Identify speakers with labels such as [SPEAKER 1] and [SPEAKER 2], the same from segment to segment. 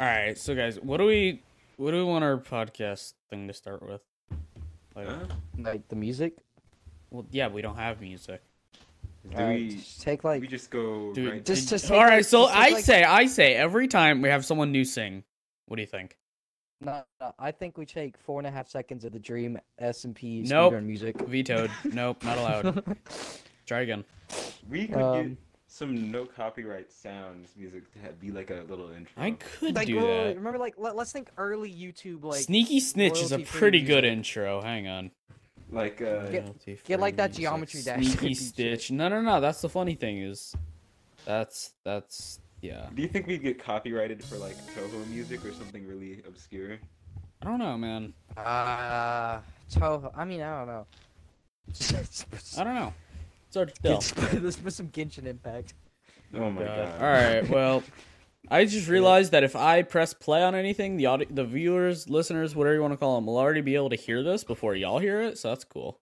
[SPEAKER 1] All right, so guys, what do we what do we want our podcast thing to start with? Like,
[SPEAKER 2] Huh?
[SPEAKER 3] Like the music.
[SPEAKER 1] well, yeah, we don't have music.
[SPEAKER 2] Do
[SPEAKER 3] Alright,
[SPEAKER 2] we?
[SPEAKER 3] just take like
[SPEAKER 2] we just go.
[SPEAKER 1] Do we-
[SPEAKER 2] right
[SPEAKER 3] just
[SPEAKER 2] to-
[SPEAKER 3] just take,
[SPEAKER 1] All right,
[SPEAKER 3] like-
[SPEAKER 1] so
[SPEAKER 3] just take,
[SPEAKER 1] I
[SPEAKER 3] like-
[SPEAKER 1] say I say every time we have someone new sing. What do you think?
[SPEAKER 3] No, no, I think we take four and a half seconds of the Dream S and P
[SPEAKER 1] Nope.
[SPEAKER 3] speedrun music.
[SPEAKER 1] Vetoed. nope, not allowed. Try again.
[SPEAKER 2] we could
[SPEAKER 3] um,
[SPEAKER 2] get some no copyright sounds music to have, be like a little intro.
[SPEAKER 1] I could
[SPEAKER 3] like
[SPEAKER 1] do
[SPEAKER 3] well,
[SPEAKER 1] that.
[SPEAKER 3] remember, like let, us think early YouTube, like
[SPEAKER 1] Sneaky Snitch is a
[SPEAKER 3] royalty-free
[SPEAKER 1] pretty good intro. Hang on.
[SPEAKER 2] like uh,
[SPEAKER 3] Get-
[SPEAKER 1] Royalty-free
[SPEAKER 3] like that
[SPEAKER 1] music.
[SPEAKER 3] Geometry Dash
[SPEAKER 1] Sneaky
[SPEAKER 3] type shit.
[SPEAKER 1] Stitch. No, no, no. That's the funny thing is, that's that's yeah.
[SPEAKER 2] do you think we'd get copyrighted for like Toho music or something really obscure?
[SPEAKER 1] I don't know, man.
[SPEAKER 3] uh, Toho. I mean, I don't know. Just
[SPEAKER 1] I don't know. It's hard to tell.
[SPEAKER 3] Let's put some Genshin Impact.
[SPEAKER 2] Oh my
[SPEAKER 1] God.
[SPEAKER 2] god!
[SPEAKER 1] Uh, All right. Well, I just realized that if I press play on anything, the audi- the viewers, listeners, whatever you want to call them, will already be able to hear this before y'all hear it. So that's cool.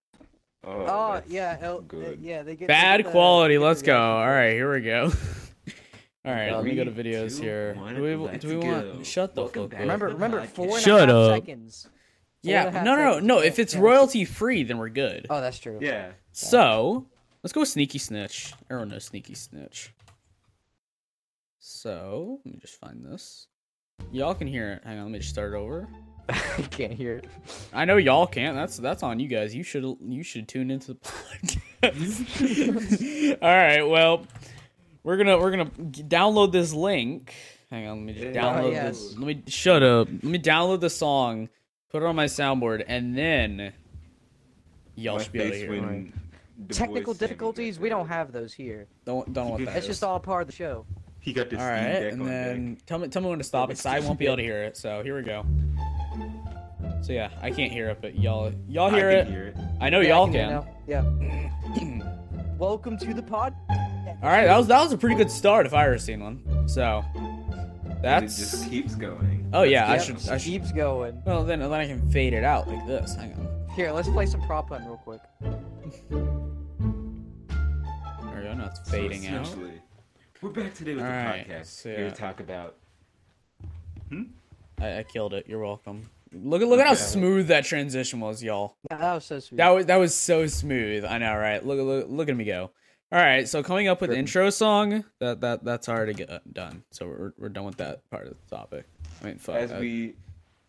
[SPEAKER 2] Oh,
[SPEAKER 3] Oh,
[SPEAKER 2] that's
[SPEAKER 3] yeah, el-
[SPEAKER 2] good.
[SPEAKER 3] yeah, they get they
[SPEAKER 1] Bad
[SPEAKER 3] get the-
[SPEAKER 1] quality.
[SPEAKER 3] they get the
[SPEAKER 1] Let's go. All
[SPEAKER 3] reaction.
[SPEAKER 1] right. Here we go. All right. Let me go to
[SPEAKER 2] Three,
[SPEAKER 1] videos
[SPEAKER 2] two,
[SPEAKER 1] here.
[SPEAKER 2] one,
[SPEAKER 1] Do we,
[SPEAKER 2] let's
[SPEAKER 1] do we
[SPEAKER 2] go.
[SPEAKER 1] want? Shut the
[SPEAKER 2] Welcome
[SPEAKER 1] fuck
[SPEAKER 2] back.
[SPEAKER 1] up.
[SPEAKER 3] Remember, remember, four and a half
[SPEAKER 1] Shut up.
[SPEAKER 3] seconds. and a
[SPEAKER 1] Yeah.
[SPEAKER 3] half
[SPEAKER 1] No, no, no,
[SPEAKER 3] seconds.
[SPEAKER 1] no. If
[SPEAKER 3] Yeah,
[SPEAKER 1] it's
[SPEAKER 3] yeah.
[SPEAKER 1] royalty free, then we're good.
[SPEAKER 3] Oh, that's true.
[SPEAKER 2] Yeah.
[SPEAKER 1] So let's go with sneaky snitch. Everyone knows sneaky snitch. So let me just find this. Y'all can hear it. Hang on, let me just start over.
[SPEAKER 3] I can't hear it.
[SPEAKER 1] I know y'all can't. That's that's on you guys. You should you should tune into the podcast. All right. Well, we're gonna we're gonna g- download this link. Hang on. Let me just
[SPEAKER 2] Yeah.
[SPEAKER 1] download
[SPEAKER 3] Oh, yes.
[SPEAKER 1] this. Let me shut up. Let me download the song. Put it on my soundboard, and then y'all
[SPEAKER 2] my
[SPEAKER 1] should be able to
[SPEAKER 2] face
[SPEAKER 1] hear. it.
[SPEAKER 2] when the
[SPEAKER 3] Technical
[SPEAKER 2] voice Sammy got
[SPEAKER 3] difficulties, we don't
[SPEAKER 2] the-
[SPEAKER 3] have those here.
[SPEAKER 1] Don't don't know what that
[SPEAKER 3] It's
[SPEAKER 1] is.
[SPEAKER 3] just all part of the show.
[SPEAKER 2] He got this.
[SPEAKER 1] All right, and then tell me tell me when to stop because I won't be able to hear it. So here we go. So yeah, I can't hear it, but y'all y'all hear
[SPEAKER 2] I
[SPEAKER 1] it.
[SPEAKER 2] can hear it.
[SPEAKER 1] I know
[SPEAKER 3] Yeah, I
[SPEAKER 1] Oh, y'all
[SPEAKER 3] hear
[SPEAKER 1] can.
[SPEAKER 3] now. Yeah. Welcome to the pod.
[SPEAKER 1] All right, that was that was a pretty good start if I ever seen one. So
[SPEAKER 2] And
[SPEAKER 1] that's
[SPEAKER 2] It just keeps going.
[SPEAKER 1] oh yeah, I
[SPEAKER 3] Yep,
[SPEAKER 1] should I should.
[SPEAKER 3] Keeps going.
[SPEAKER 1] Well then then I can fade it out like this. Hang on.
[SPEAKER 3] Here, let's play some prop hunt real quick.
[SPEAKER 1] There we go. Now it's
[SPEAKER 2] So
[SPEAKER 1] fading out.
[SPEAKER 2] essentially, We're back today with
[SPEAKER 1] All
[SPEAKER 2] the
[SPEAKER 1] right,
[SPEAKER 2] podcast.
[SPEAKER 1] so
[SPEAKER 2] Here
[SPEAKER 1] yeah.
[SPEAKER 2] to talk about.
[SPEAKER 1] I, I killed it. You're welcome. Look at look at how
[SPEAKER 2] Okay.
[SPEAKER 1] smooth that transition was, y'all.
[SPEAKER 3] That, that was so sweet.
[SPEAKER 1] That was that was so smooth. I know, right? Look look look at me go. All right, so coming up with the intro song that that that's already get, uh, done. So we're we're done with that part of the topic. I mean, fuck.
[SPEAKER 2] As
[SPEAKER 1] uh,
[SPEAKER 2] we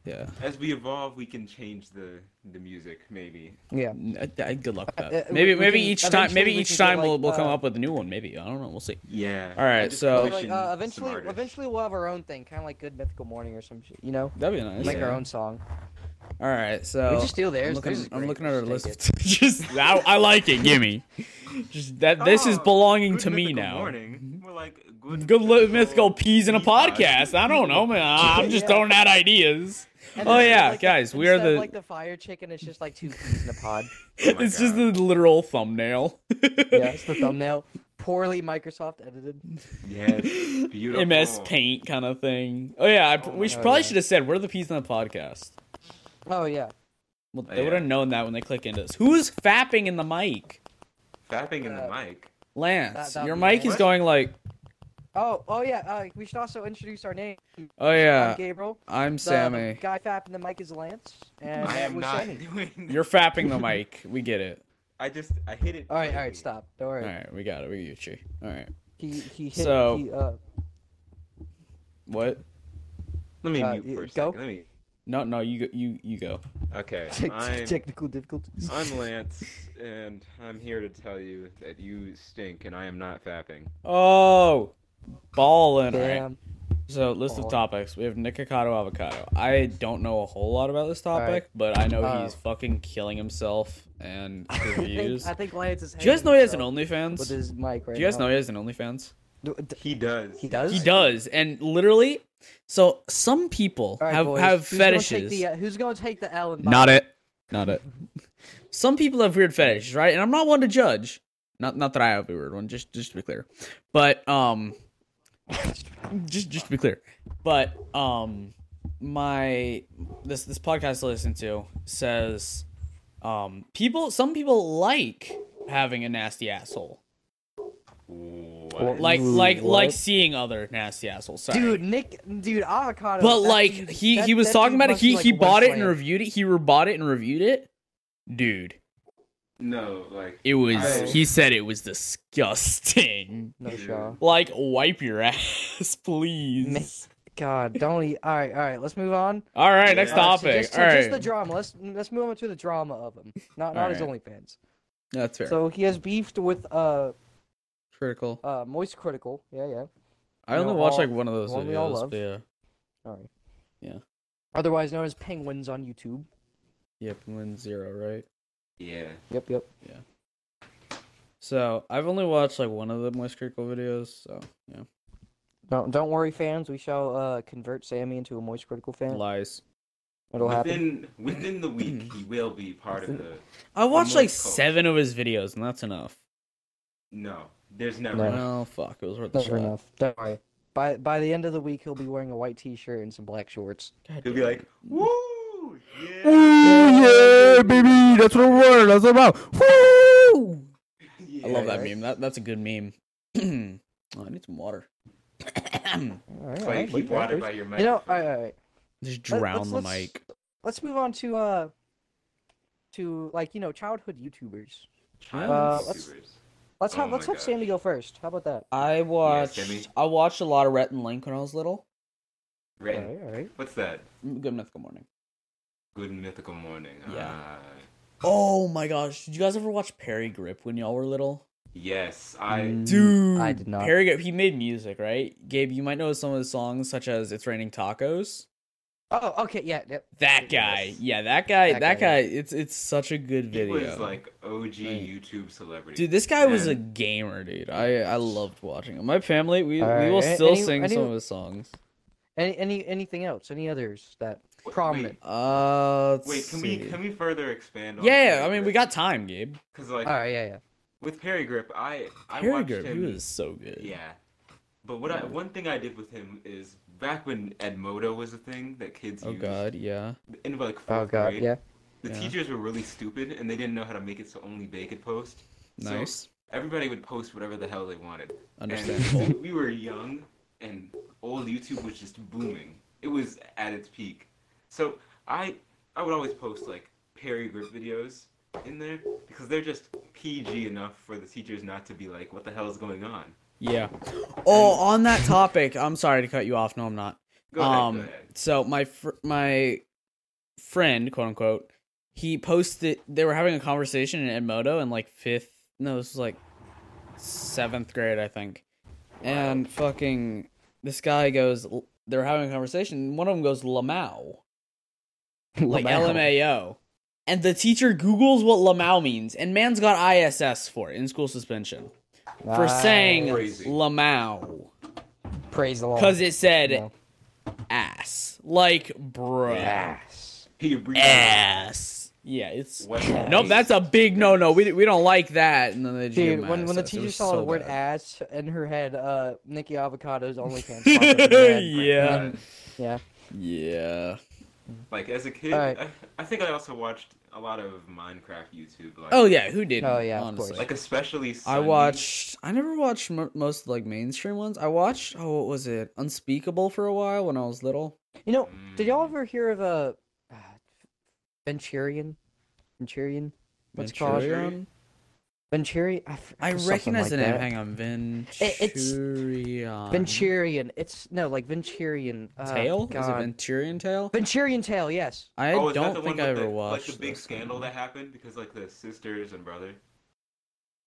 [SPEAKER 1] yeah.
[SPEAKER 2] as we evolve, we can change the the music maybe.
[SPEAKER 3] yeah.
[SPEAKER 1] N- uh, d- good luck with
[SPEAKER 3] Uh,
[SPEAKER 1] that.
[SPEAKER 3] uh,
[SPEAKER 1] Maybe
[SPEAKER 3] we
[SPEAKER 1] maybe
[SPEAKER 3] can-
[SPEAKER 1] each time
[SPEAKER 3] eventually
[SPEAKER 1] maybe
[SPEAKER 3] we
[SPEAKER 1] each
[SPEAKER 3] can
[SPEAKER 1] time
[SPEAKER 3] get,
[SPEAKER 1] we'll we'll
[SPEAKER 3] like,
[SPEAKER 1] come
[SPEAKER 3] uh,
[SPEAKER 1] up with a new one. Maybe I don't know. We'll see.
[SPEAKER 2] Yeah.
[SPEAKER 1] All right,
[SPEAKER 2] I just
[SPEAKER 1] so-
[SPEAKER 3] Like,
[SPEAKER 2] commissioned
[SPEAKER 3] uh,
[SPEAKER 2] some
[SPEAKER 3] eventually,
[SPEAKER 2] artists.
[SPEAKER 3] eventually we'll have our own thing, kind of like Good Mythical Morning or some shit. You know,
[SPEAKER 1] That'd be nice.
[SPEAKER 3] make our
[SPEAKER 1] yeah.
[SPEAKER 3] own song.
[SPEAKER 1] All right, so
[SPEAKER 3] we just steal
[SPEAKER 1] I'm
[SPEAKER 3] theirs.
[SPEAKER 1] looking,
[SPEAKER 3] theirs is
[SPEAKER 1] I'm
[SPEAKER 3] great,
[SPEAKER 1] looking at our
[SPEAKER 3] we
[SPEAKER 1] list.
[SPEAKER 3] should
[SPEAKER 1] Of
[SPEAKER 3] take it.
[SPEAKER 1] just I, I like it. Gimme. Just that. This is
[SPEAKER 2] Oh,
[SPEAKER 1] belonging
[SPEAKER 2] Good
[SPEAKER 1] to me
[SPEAKER 2] Mythical
[SPEAKER 1] now.
[SPEAKER 2] Morning. More like Mm-hmm. good,
[SPEAKER 1] Good li- mythical peas in a
[SPEAKER 2] peapod.
[SPEAKER 1] podcast. I don't know, man. I'm just
[SPEAKER 3] Yeah.
[SPEAKER 1] throwing out ideas.
[SPEAKER 3] And
[SPEAKER 1] Oh,
[SPEAKER 3] then,
[SPEAKER 1] yeah,
[SPEAKER 3] like,
[SPEAKER 1] guys, we are
[SPEAKER 3] instead of,
[SPEAKER 1] the-
[SPEAKER 3] like the fire chicken. It's just like two peas in a pod.
[SPEAKER 2] Oh my
[SPEAKER 1] it's just the
[SPEAKER 2] God.
[SPEAKER 1] literal thumbnail.
[SPEAKER 3] yeah, it's the thumbnail. Poorly Microsoft edited.
[SPEAKER 2] yes, beautiful.
[SPEAKER 1] MS Paint kind of thing. Oh yeah, I, pr
[SPEAKER 2] Oh
[SPEAKER 1] we
[SPEAKER 2] my
[SPEAKER 1] should,
[SPEAKER 3] Oh. God,
[SPEAKER 1] probably
[SPEAKER 3] yeah.
[SPEAKER 1] should have said we're the peas in the podcast.
[SPEAKER 3] Oh yeah.
[SPEAKER 1] Well,
[SPEAKER 2] Oh,
[SPEAKER 1] they would have
[SPEAKER 2] yeah.
[SPEAKER 1] known that when they click into this. Who's fapping in the mic?
[SPEAKER 2] fapping in the
[SPEAKER 3] Uh,
[SPEAKER 2] mic.
[SPEAKER 1] Lance,
[SPEAKER 3] That- that
[SPEAKER 1] your
[SPEAKER 3] would be
[SPEAKER 1] mic
[SPEAKER 3] nice.
[SPEAKER 1] is going like.
[SPEAKER 3] Oh oh yeah. Uh, we should also introduce our name.
[SPEAKER 1] Oh
[SPEAKER 3] I'm
[SPEAKER 1] yeah,
[SPEAKER 3] Gabriel.
[SPEAKER 1] I'm
[SPEAKER 3] The
[SPEAKER 1] Sammy.
[SPEAKER 3] guy fapping the mic is Lance. And
[SPEAKER 2] I am
[SPEAKER 3] we're
[SPEAKER 2] not
[SPEAKER 3] Sammy.
[SPEAKER 2] doing.
[SPEAKER 1] You're fapping the mic. We get it.
[SPEAKER 2] I just I hit it.
[SPEAKER 3] All right, all
[SPEAKER 2] lightly.
[SPEAKER 3] right, stop. Don't worry.
[SPEAKER 1] All right, we got it. We get you. All right,
[SPEAKER 3] He he hit
[SPEAKER 1] So-
[SPEAKER 3] he, uh,
[SPEAKER 1] what?
[SPEAKER 2] Let me
[SPEAKER 3] Uh,
[SPEAKER 2] mute
[SPEAKER 3] you-
[SPEAKER 2] first.
[SPEAKER 3] go.
[SPEAKER 2] Let me.
[SPEAKER 1] No, no, you go, you you go.
[SPEAKER 2] Okay.
[SPEAKER 3] tec-
[SPEAKER 2] I'm,
[SPEAKER 3] technical difficulties.
[SPEAKER 2] I'm Lance, and I'm here to tell you that you stink, and I am not fapping.
[SPEAKER 1] Oh, ballin'. All right.
[SPEAKER 3] Damn.
[SPEAKER 1] So list of
[SPEAKER 3] Ballin'.
[SPEAKER 1] topics. We have Nikocado Avocado. I don't know a whole lot about this topic,
[SPEAKER 3] All right.
[SPEAKER 1] but I know
[SPEAKER 3] Uh,
[SPEAKER 1] he's fucking killing himself and
[SPEAKER 3] I
[SPEAKER 1] the views.
[SPEAKER 3] think, I think Lance is.
[SPEAKER 1] Do you guys know he has an
[SPEAKER 3] hanging
[SPEAKER 1] OnlyFans?
[SPEAKER 3] himself with his mic right
[SPEAKER 1] Do you guys
[SPEAKER 3] now.
[SPEAKER 1] know he has an OnlyFans?
[SPEAKER 3] know he,
[SPEAKER 2] He does.
[SPEAKER 3] he does?
[SPEAKER 1] He does, and literally, so some people
[SPEAKER 3] All right,
[SPEAKER 1] have
[SPEAKER 3] boys.
[SPEAKER 1] have
[SPEAKER 3] Who's gonna take
[SPEAKER 1] fetishes.
[SPEAKER 3] the, uh, who's going to take the L and
[SPEAKER 1] Not it. Not it. Some people have weird fetishes, right? And I'm not one to judge. Not not that I have a weird one, just just to be clear. But um just just to be clear. But um my this this podcast I listen to says um people some people like having a nasty asshole.
[SPEAKER 2] What?
[SPEAKER 3] Well,
[SPEAKER 1] like
[SPEAKER 3] Ooh,
[SPEAKER 1] like like
[SPEAKER 3] what?
[SPEAKER 1] seeing other nasty assholes. Sorry.
[SPEAKER 3] Dude, Nick, dude, avocado.
[SPEAKER 1] but
[SPEAKER 3] that
[SPEAKER 1] like
[SPEAKER 3] dude-
[SPEAKER 1] he
[SPEAKER 3] that-
[SPEAKER 1] he was
[SPEAKER 3] that
[SPEAKER 1] talking
[SPEAKER 3] dude
[SPEAKER 1] about it.
[SPEAKER 3] must be,
[SPEAKER 1] He
[SPEAKER 3] like,
[SPEAKER 1] he
[SPEAKER 3] a
[SPEAKER 1] bought it and
[SPEAKER 3] wasteland.
[SPEAKER 1] reviewed it. He rebought it and reviewed it. Dude,
[SPEAKER 2] No, like
[SPEAKER 1] it was.
[SPEAKER 2] I-
[SPEAKER 1] He said it was disgusting.
[SPEAKER 3] No
[SPEAKER 2] Dude.
[SPEAKER 3] Shaw.
[SPEAKER 1] Like wipe your ass, please.
[SPEAKER 3] God, don't eat. All right, all right. Let's move on.
[SPEAKER 1] All right, next
[SPEAKER 2] Yeah.
[SPEAKER 3] All right,
[SPEAKER 1] topic.
[SPEAKER 3] so just, so
[SPEAKER 1] All
[SPEAKER 3] just the
[SPEAKER 1] right,
[SPEAKER 3] drama. Let's let's move on to the drama of him. Not not
[SPEAKER 1] All
[SPEAKER 3] his
[SPEAKER 1] right.
[SPEAKER 3] OnlyFans.
[SPEAKER 1] that's fair.
[SPEAKER 3] So he has beefed with uh
[SPEAKER 1] Critical.
[SPEAKER 3] uh Moist Critical. Yeah, yeah.
[SPEAKER 1] I
[SPEAKER 3] you know,
[SPEAKER 1] only watched
[SPEAKER 3] all-
[SPEAKER 1] like one of those
[SPEAKER 3] one we all
[SPEAKER 1] videos.
[SPEAKER 3] love.
[SPEAKER 1] but Yeah.
[SPEAKER 3] All right.
[SPEAKER 1] Yeah.
[SPEAKER 3] Otherwise known as penguins on YouTube.
[SPEAKER 1] Yep, win zero, right?
[SPEAKER 2] yeah.
[SPEAKER 3] Yep, yep.
[SPEAKER 1] So I've only watched like one of the Moist Critical videos. So yeah,
[SPEAKER 3] Don't don't worry, fans. We shall uh convert Sammy into a Moist Critical fan.
[SPEAKER 1] lies.
[SPEAKER 3] It'll happen.
[SPEAKER 2] Within within the week, he will be part of the.
[SPEAKER 1] I watched
[SPEAKER 2] Moist
[SPEAKER 1] like
[SPEAKER 2] Coast.
[SPEAKER 1] seven of his videos, and that's enough.
[SPEAKER 2] No, there's never.
[SPEAKER 3] No.
[SPEAKER 1] Well, fuck, it was worth the
[SPEAKER 3] Never
[SPEAKER 1] shot.
[SPEAKER 3] enough. Don't worry. By by the end of the week, he'll be wearing a white T-shirt and some black shorts.
[SPEAKER 1] God damn
[SPEAKER 2] He'll be
[SPEAKER 1] it.
[SPEAKER 2] like, woo, yeah,
[SPEAKER 1] Woo, yeah, baby, that's what I'm running. That's what I'm about. Woo!
[SPEAKER 2] yeah.
[SPEAKER 1] I love that
[SPEAKER 3] right.
[SPEAKER 1] meme. That that's a good meme. oh, I need some water.
[SPEAKER 3] All right,
[SPEAKER 2] That's
[SPEAKER 3] all
[SPEAKER 2] why you
[SPEAKER 3] right, wait,
[SPEAKER 2] keep
[SPEAKER 3] wait,
[SPEAKER 2] water
[SPEAKER 3] wait.
[SPEAKER 2] by your mic.
[SPEAKER 3] You know,
[SPEAKER 1] uh,
[SPEAKER 3] all right, all right.
[SPEAKER 1] Just
[SPEAKER 3] Let-
[SPEAKER 1] drown
[SPEAKER 3] let's-
[SPEAKER 1] the
[SPEAKER 3] let's-
[SPEAKER 1] mic.
[SPEAKER 3] Let's move on to uh to like you know childhood YouTubers.
[SPEAKER 2] Child
[SPEAKER 3] uh, let's-
[SPEAKER 2] YouTubers.
[SPEAKER 3] Let's have
[SPEAKER 2] Oh
[SPEAKER 3] let's
[SPEAKER 2] my
[SPEAKER 3] have Sammy go first. How about that?
[SPEAKER 1] I watched
[SPEAKER 2] Timmy.
[SPEAKER 1] I watched a lot of Rhett and Link when I was little. Mm,
[SPEAKER 2] Red.
[SPEAKER 3] All right, all right.
[SPEAKER 2] What's that?
[SPEAKER 1] Good Mythical Morning.
[SPEAKER 2] Good mythical morning.
[SPEAKER 1] Yeah.
[SPEAKER 2] Ah,
[SPEAKER 1] Oh my gosh! Did you guys ever watch Perry Grip when y'all were little?
[SPEAKER 2] yes, I.
[SPEAKER 1] Mm, Dude,
[SPEAKER 3] Mm, I did not.
[SPEAKER 1] Perry Grip. He made music, right? Gabe, you might know some of his songs, such as "It's Raining Tacos."
[SPEAKER 3] Oh, okay, yeah, yep.
[SPEAKER 1] That guy, yeah, that guy, that,
[SPEAKER 3] That
[SPEAKER 1] guy.
[SPEAKER 3] guy,
[SPEAKER 1] It's it's such a good
[SPEAKER 2] He
[SPEAKER 1] video.
[SPEAKER 2] was like OG YouTube celebrity.
[SPEAKER 1] Dude, this guy was a
[SPEAKER 2] And-
[SPEAKER 1] gamer, dude. I I loved watching him. My family, we, we
[SPEAKER 3] Alright,
[SPEAKER 1] will
[SPEAKER 3] any-
[SPEAKER 1] still
[SPEAKER 3] any-
[SPEAKER 1] sing
[SPEAKER 3] any-
[SPEAKER 1] some of his songs.
[SPEAKER 3] Any any anything else? Any others that
[SPEAKER 2] Wait,
[SPEAKER 3] prominent?
[SPEAKER 1] Uh, let's
[SPEAKER 2] Wait, can
[SPEAKER 1] see.
[SPEAKER 2] we can we further expand? on
[SPEAKER 1] yeah, yeah, I mean, we got time, Gabe.
[SPEAKER 2] because like
[SPEAKER 3] All right, yeah, yeah.
[SPEAKER 2] with Perry Grip, I I
[SPEAKER 1] Perry
[SPEAKER 2] watched
[SPEAKER 1] Grip,
[SPEAKER 2] him.
[SPEAKER 1] he was so good.
[SPEAKER 2] Yeah, but what I one thing I did with him is back when Edmodo was a thing that kids
[SPEAKER 1] Oh
[SPEAKER 2] used
[SPEAKER 1] God, yeah.
[SPEAKER 2] in like
[SPEAKER 3] Oh
[SPEAKER 2] fourth
[SPEAKER 3] god,
[SPEAKER 2] grade,
[SPEAKER 3] yeah.
[SPEAKER 2] the
[SPEAKER 1] yeah.
[SPEAKER 2] teachers were really stupid and they didn't know how to make it so only they could post. So
[SPEAKER 1] Nice.
[SPEAKER 2] everybody would post whatever the hell they wanted. And
[SPEAKER 1] Understandable.
[SPEAKER 2] we were young, and old YouTube was just booming. It was at its peak. So I I would always post like Perry Grip videos in there because they're just PG enough for the teachers not to be like, what the hell is going on?
[SPEAKER 1] Yeah. Oh, on that topic, I'm sorry to cut you off. No, I'm not.
[SPEAKER 2] Go ahead,
[SPEAKER 1] um,
[SPEAKER 2] go ahead.
[SPEAKER 1] so my fr- my friend, quote unquote, he posted. They were having a conversation in Edmodo in like fifth. No, this was like seventh grade, I think. And fucking this guy goes. They're having a conversation. and One of them goes Lamau, like LMAO, and the teacher Google's what Lamau means, and man's got ISS for it in school suspension for saying
[SPEAKER 2] Crazy.
[SPEAKER 1] Lamau
[SPEAKER 3] praise the Lord.
[SPEAKER 1] because it said
[SPEAKER 3] No.
[SPEAKER 1] ass. Like, bruh.
[SPEAKER 3] Yes.
[SPEAKER 2] He abbreviated
[SPEAKER 1] Ass. Yeah, it's.
[SPEAKER 2] what
[SPEAKER 1] Nope,
[SPEAKER 2] is-
[SPEAKER 1] that's a big no no. We, we don't like that. And then they just give
[SPEAKER 3] Dude,
[SPEAKER 1] him
[SPEAKER 3] when, when the
[SPEAKER 1] ass. It
[SPEAKER 3] teacher
[SPEAKER 1] was
[SPEAKER 3] saw the
[SPEAKER 1] so
[SPEAKER 3] word
[SPEAKER 1] bad.
[SPEAKER 3] ass in her head, uh, Nikki Avocado's OnlyFans. popped up in her head.
[SPEAKER 1] yeah.
[SPEAKER 3] yeah.
[SPEAKER 1] Yeah.
[SPEAKER 2] Like as a kid,
[SPEAKER 3] Alright.
[SPEAKER 2] I, I think I also watched a lot of Minecraft YouTube. Like,
[SPEAKER 1] Oh, yeah, who did?
[SPEAKER 3] Oh, yeah, of
[SPEAKER 1] honestly.
[SPEAKER 3] course.
[SPEAKER 2] like especially
[SPEAKER 1] I
[SPEAKER 2] Sunday.
[SPEAKER 1] watched. I never watched m- most like mainstream ones. I watched. Oh, what was it? Unspeakable for a while when I was little.
[SPEAKER 3] You know, did y'all ever hear of a uh, Venturian? Venturian? What's it called?
[SPEAKER 1] Venturian?
[SPEAKER 3] Venturian? I, f-
[SPEAKER 1] I
[SPEAKER 3] something
[SPEAKER 1] recognize
[SPEAKER 3] like
[SPEAKER 1] the name.
[SPEAKER 3] that.
[SPEAKER 1] Hang on, Venturian.
[SPEAKER 3] It- it's- Venturian. It's no, like Venturian. Uh,
[SPEAKER 1] tail? Is it
[SPEAKER 3] God.
[SPEAKER 1] Venturian tail?
[SPEAKER 3] Venturian tail. Yes.
[SPEAKER 1] I
[SPEAKER 2] Oh, is Oh, that
[SPEAKER 1] don't
[SPEAKER 2] the one
[SPEAKER 1] think I
[SPEAKER 2] with
[SPEAKER 1] ever
[SPEAKER 2] the,
[SPEAKER 1] watched
[SPEAKER 2] like the big
[SPEAKER 1] this one.
[SPEAKER 2] scandal that happened because like the sisters and brother.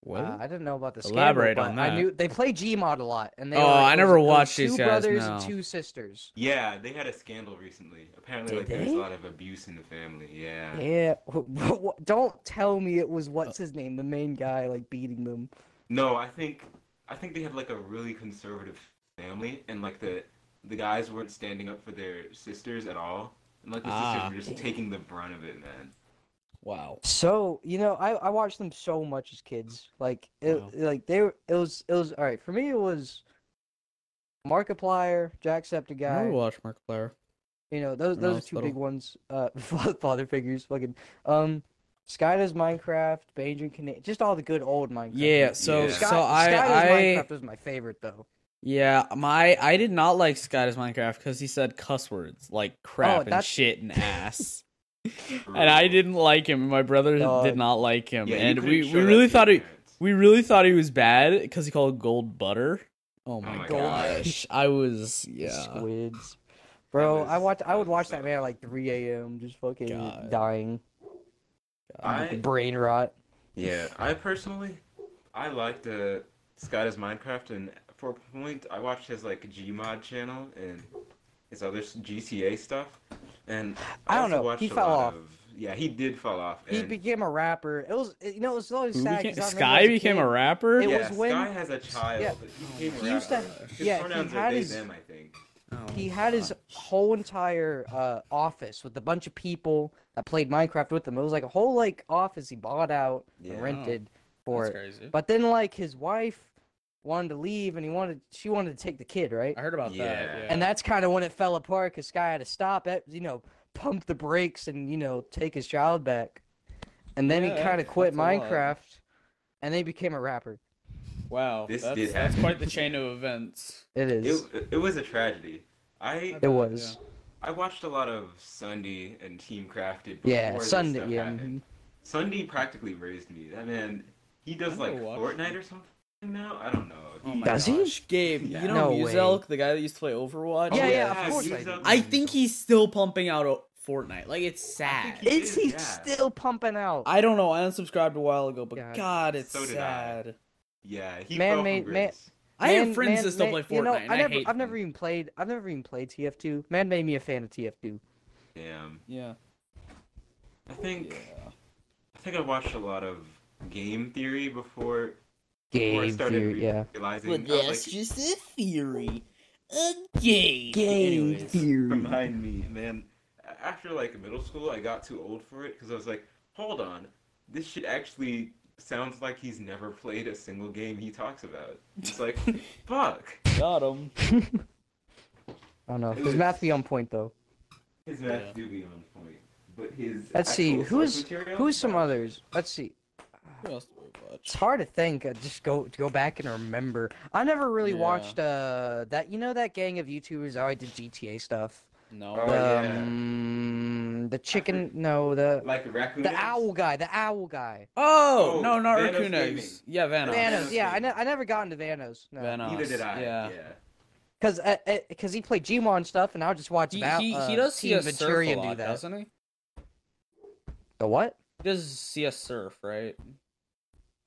[SPEAKER 1] What?
[SPEAKER 3] Uh, I didn't know about the scandal,
[SPEAKER 1] Elaborate
[SPEAKER 3] but
[SPEAKER 1] on that.
[SPEAKER 3] I knew they play Gmod a lot, and they.
[SPEAKER 1] Oh,
[SPEAKER 3] were, like,
[SPEAKER 1] I
[SPEAKER 3] it was-
[SPEAKER 1] never
[SPEAKER 3] it was
[SPEAKER 1] watched these
[SPEAKER 3] two
[SPEAKER 1] guys,
[SPEAKER 3] brothers and
[SPEAKER 1] no.
[SPEAKER 3] two sisters.
[SPEAKER 2] Yeah, they had a scandal recently. Apparently,
[SPEAKER 3] Did
[SPEAKER 2] like there's a
[SPEAKER 3] they?
[SPEAKER 2] lot of abuse in the family. Yeah.
[SPEAKER 3] Yeah. Don't tell me it was what's
[SPEAKER 1] Uh,
[SPEAKER 3] his name, the main guy, like beating them.
[SPEAKER 2] No, I think I think they had like a really conservative family, and like the the guys weren't standing up for their sisters at all, and like the
[SPEAKER 1] Ah.
[SPEAKER 2] sisters were just taking the brunt of it, man.
[SPEAKER 1] wow.
[SPEAKER 3] So you know, I I watched them so much as kids. Like it,
[SPEAKER 1] Wow.
[SPEAKER 3] like they were. It was it was all right for me. It was Markiplier,
[SPEAKER 1] I never
[SPEAKER 3] Jacksepticeye.
[SPEAKER 1] watched Markiplier.
[SPEAKER 3] You know, those
[SPEAKER 1] when I
[SPEAKER 3] those are
[SPEAKER 1] was
[SPEAKER 3] two
[SPEAKER 1] little.
[SPEAKER 3] big ones. Uh, fa- father figures. Fucking um, Sky does Minecraft, Banjo Canadian, just all the good old Minecraft.
[SPEAKER 1] Yeah,
[SPEAKER 3] games.
[SPEAKER 1] so
[SPEAKER 2] Yeah.
[SPEAKER 3] Sky,
[SPEAKER 1] so I
[SPEAKER 3] Sky does
[SPEAKER 1] I
[SPEAKER 3] Minecraft was my favorite though.
[SPEAKER 1] yeah, my I did not like Sky does Minecraft because he said cuss words like crap and
[SPEAKER 3] Oh, that's-
[SPEAKER 1] shit and ass. and I didn't like him. and My brother
[SPEAKER 3] Dog.
[SPEAKER 1] did not like him,
[SPEAKER 2] Yeah, you
[SPEAKER 1] and
[SPEAKER 2] couldn't
[SPEAKER 1] we,
[SPEAKER 2] show
[SPEAKER 1] we
[SPEAKER 2] that
[SPEAKER 1] really
[SPEAKER 2] to your
[SPEAKER 1] thought he
[SPEAKER 2] parents.
[SPEAKER 1] we really thought he was bad because he called gold butter. Oh my,
[SPEAKER 2] my
[SPEAKER 1] gosh, I was yeah.
[SPEAKER 3] Squids. Bro, I
[SPEAKER 2] was-
[SPEAKER 3] watch. I
[SPEAKER 2] that
[SPEAKER 3] would
[SPEAKER 2] was
[SPEAKER 3] watch that
[SPEAKER 2] bad.
[SPEAKER 3] man at like 3 a.m. just fucking
[SPEAKER 1] God.
[SPEAKER 3] dying,
[SPEAKER 2] I-
[SPEAKER 3] brain rot.
[SPEAKER 2] Yeah, I personally, I liked uh, Scott as Minecraft, and for a point, I watched his like Gmod channel and his other s- GCA stuff, and
[SPEAKER 3] I don't
[SPEAKER 2] also
[SPEAKER 3] know,
[SPEAKER 2] watched
[SPEAKER 3] he
[SPEAKER 2] a
[SPEAKER 3] fell
[SPEAKER 2] lot
[SPEAKER 3] off.
[SPEAKER 2] Of, yeah, he did fall off.
[SPEAKER 3] He
[SPEAKER 2] and-
[SPEAKER 3] became a rapper. It was, you know, it was always
[SPEAKER 1] Who
[SPEAKER 3] sad.
[SPEAKER 1] became-
[SPEAKER 3] 'cause I remember as
[SPEAKER 1] Sky
[SPEAKER 3] a
[SPEAKER 1] became
[SPEAKER 3] kid-
[SPEAKER 1] a rapper.
[SPEAKER 3] It
[SPEAKER 2] yeah,
[SPEAKER 3] was when-
[SPEAKER 2] Sky has a child,
[SPEAKER 3] yeah.
[SPEAKER 2] but he became
[SPEAKER 3] He
[SPEAKER 2] a
[SPEAKER 3] used to-
[SPEAKER 2] rapper. His
[SPEAKER 3] yeah, he
[SPEAKER 2] pronouns
[SPEAKER 3] had
[SPEAKER 2] are they
[SPEAKER 3] his-
[SPEAKER 2] them, I think.
[SPEAKER 3] He had his whole entire uh, office with a bunch of people that played Minecraft with him. It was like a whole like office he bought out
[SPEAKER 2] Yeah.
[SPEAKER 3] and rented for it.
[SPEAKER 1] crazy.
[SPEAKER 3] But then like his wife wanted to leave and he wanted she wanted to take the kid, right?
[SPEAKER 1] I heard about that.
[SPEAKER 2] Yeah.
[SPEAKER 1] Yeah.
[SPEAKER 3] And that's kind of when it fell apart because Sky had to stop it, you know, pump the brakes and, you know, take his child back. And then
[SPEAKER 1] Yeah,
[SPEAKER 3] he kind of
[SPEAKER 1] that's-
[SPEAKER 3] quit
[SPEAKER 1] that's a lot.
[SPEAKER 3] Minecraft and they became a rapper.
[SPEAKER 1] wow,
[SPEAKER 2] This
[SPEAKER 1] that's,
[SPEAKER 2] did
[SPEAKER 1] that's
[SPEAKER 2] happen.
[SPEAKER 1] quite the chain of events.
[SPEAKER 3] It is. It,
[SPEAKER 2] It, it was a tragedy. I
[SPEAKER 1] bet,
[SPEAKER 3] was.
[SPEAKER 2] I watched a lot of Sunday and Team Crafted. Before
[SPEAKER 3] Yeah,
[SPEAKER 2] this
[SPEAKER 3] Sunday.
[SPEAKER 2] stuff
[SPEAKER 3] Yeah.
[SPEAKER 2] happened. Sunday practically raised me. That man, he does
[SPEAKER 1] I'm
[SPEAKER 2] like
[SPEAKER 1] gonna watch
[SPEAKER 2] Fortnite or something now. I don't know.
[SPEAKER 1] Oh my
[SPEAKER 3] Does he?
[SPEAKER 1] gosh, Gabe, you know
[SPEAKER 3] No way.
[SPEAKER 1] Muzelk, the guy that used to play Overwatch.
[SPEAKER 3] Yeah,
[SPEAKER 2] Oh,
[SPEAKER 3] yeah, of course
[SPEAKER 2] he
[SPEAKER 3] I
[SPEAKER 2] was
[SPEAKER 3] do.
[SPEAKER 2] out
[SPEAKER 1] I
[SPEAKER 2] there.
[SPEAKER 1] think he's still pumping out o- Fortnite. Like it's sad.
[SPEAKER 2] he is,
[SPEAKER 3] is he
[SPEAKER 2] yeah.
[SPEAKER 3] still pumping out?
[SPEAKER 1] I don't know. I unsubscribed a while ago, but
[SPEAKER 3] God,
[SPEAKER 1] God, it's
[SPEAKER 2] so did I.
[SPEAKER 1] sad.
[SPEAKER 2] Yeah, he
[SPEAKER 3] Man
[SPEAKER 2] fell from
[SPEAKER 3] made- man-
[SPEAKER 2] grace.
[SPEAKER 1] I,
[SPEAKER 3] Man-
[SPEAKER 1] have friends
[SPEAKER 3] man-
[SPEAKER 1] that still
[SPEAKER 3] man-
[SPEAKER 1] play Fortnite.
[SPEAKER 3] You know,
[SPEAKER 1] and
[SPEAKER 3] I never,
[SPEAKER 1] hate
[SPEAKER 3] have never even played. I've never even played TF2. Man made me a fan of TF2.
[SPEAKER 2] Damn.
[SPEAKER 1] Yeah.
[SPEAKER 2] I think
[SPEAKER 1] Yeah.
[SPEAKER 2] I think I watched a lot of game theory before before I
[SPEAKER 3] Game
[SPEAKER 2] started
[SPEAKER 3] theory, yeah.
[SPEAKER 2] realizing I was like,
[SPEAKER 1] just a theory. A game.
[SPEAKER 3] theory.
[SPEAKER 2] remind me, man. A- After like middle school, I got too old for it because I was like, hold on, this shit actually sounds like he's never played a single game he talks about. It's like, fuck.
[SPEAKER 1] Got him.
[SPEAKER 3] I don't know.
[SPEAKER 2] It
[SPEAKER 3] His math be on point though.
[SPEAKER 2] His math
[SPEAKER 1] Yeah.
[SPEAKER 2] do be on point, but his
[SPEAKER 3] Let's see.
[SPEAKER 2] actual source
[SPEAKER 3] Who's
[SPEAKER 2] material?
[SPEAKER 3] who's some others? Let's see.
[SPEAKER 1] Who else did we watch?
[SPEAKER 3] It's hard to think. uh, Just go to go back and remember. I never really
[SPEAKER 1] Yeah.
[SPEAKER 3] watched uh that. You know that gang of YouTubers that always did GTA stuff.
[SPEAKER 1] No.
[SPEAKER 2] Oh, yeah.
[SPEAKER 3] um, the chicken. No, the
[SPEAKER 2] uh, like raccoon?
[SPEAKER 3] the owl guy. The owl guy.
[SPEAKER 1] Oh,
[SPEAKER 2] Oh,
[SPEAKER 1] no, not
[SPEAKER 2] Vanos
[SPEAKER 1] Raccoon
[SPEAKER 2] Gaming.
[SPEAKER 1] Eggs. Yeah, Vanos.
[SPEAKER 3] Vanos.
[SPEAKER 2] Vanos
[SPEAKER 3] Yeah, I,
[SPEAKER 2] Gaming.
[SPEAKER 3] ne- I never got into Vanos. No.
[SPEAKER 1] Vanos.
[SPEAKER 2] Neither did I.
[SPEAKER 1] Yeah.
[SPEAKER 2] Yeah.
[SPEAKER 3] Because because he played Gmon and stuff, and I would just watch
[SPEAKER 1] He,
[SPEAKER 3] about
[SPEAKER 1] he,
[SPEAKER 3] uh,
[SPEAKER 1] he does see
[SPEAKER 3] Team
[SPEAKER 1] us surf a
[SPEAKER 3] Venturian do
[SPEAKER 1] lot,
[SPEAKER 3] that.
[SPEAKER 1] doesn't he?
[SPEAKER 3] The what?
[SPEAKER 1] He does see us surf, right?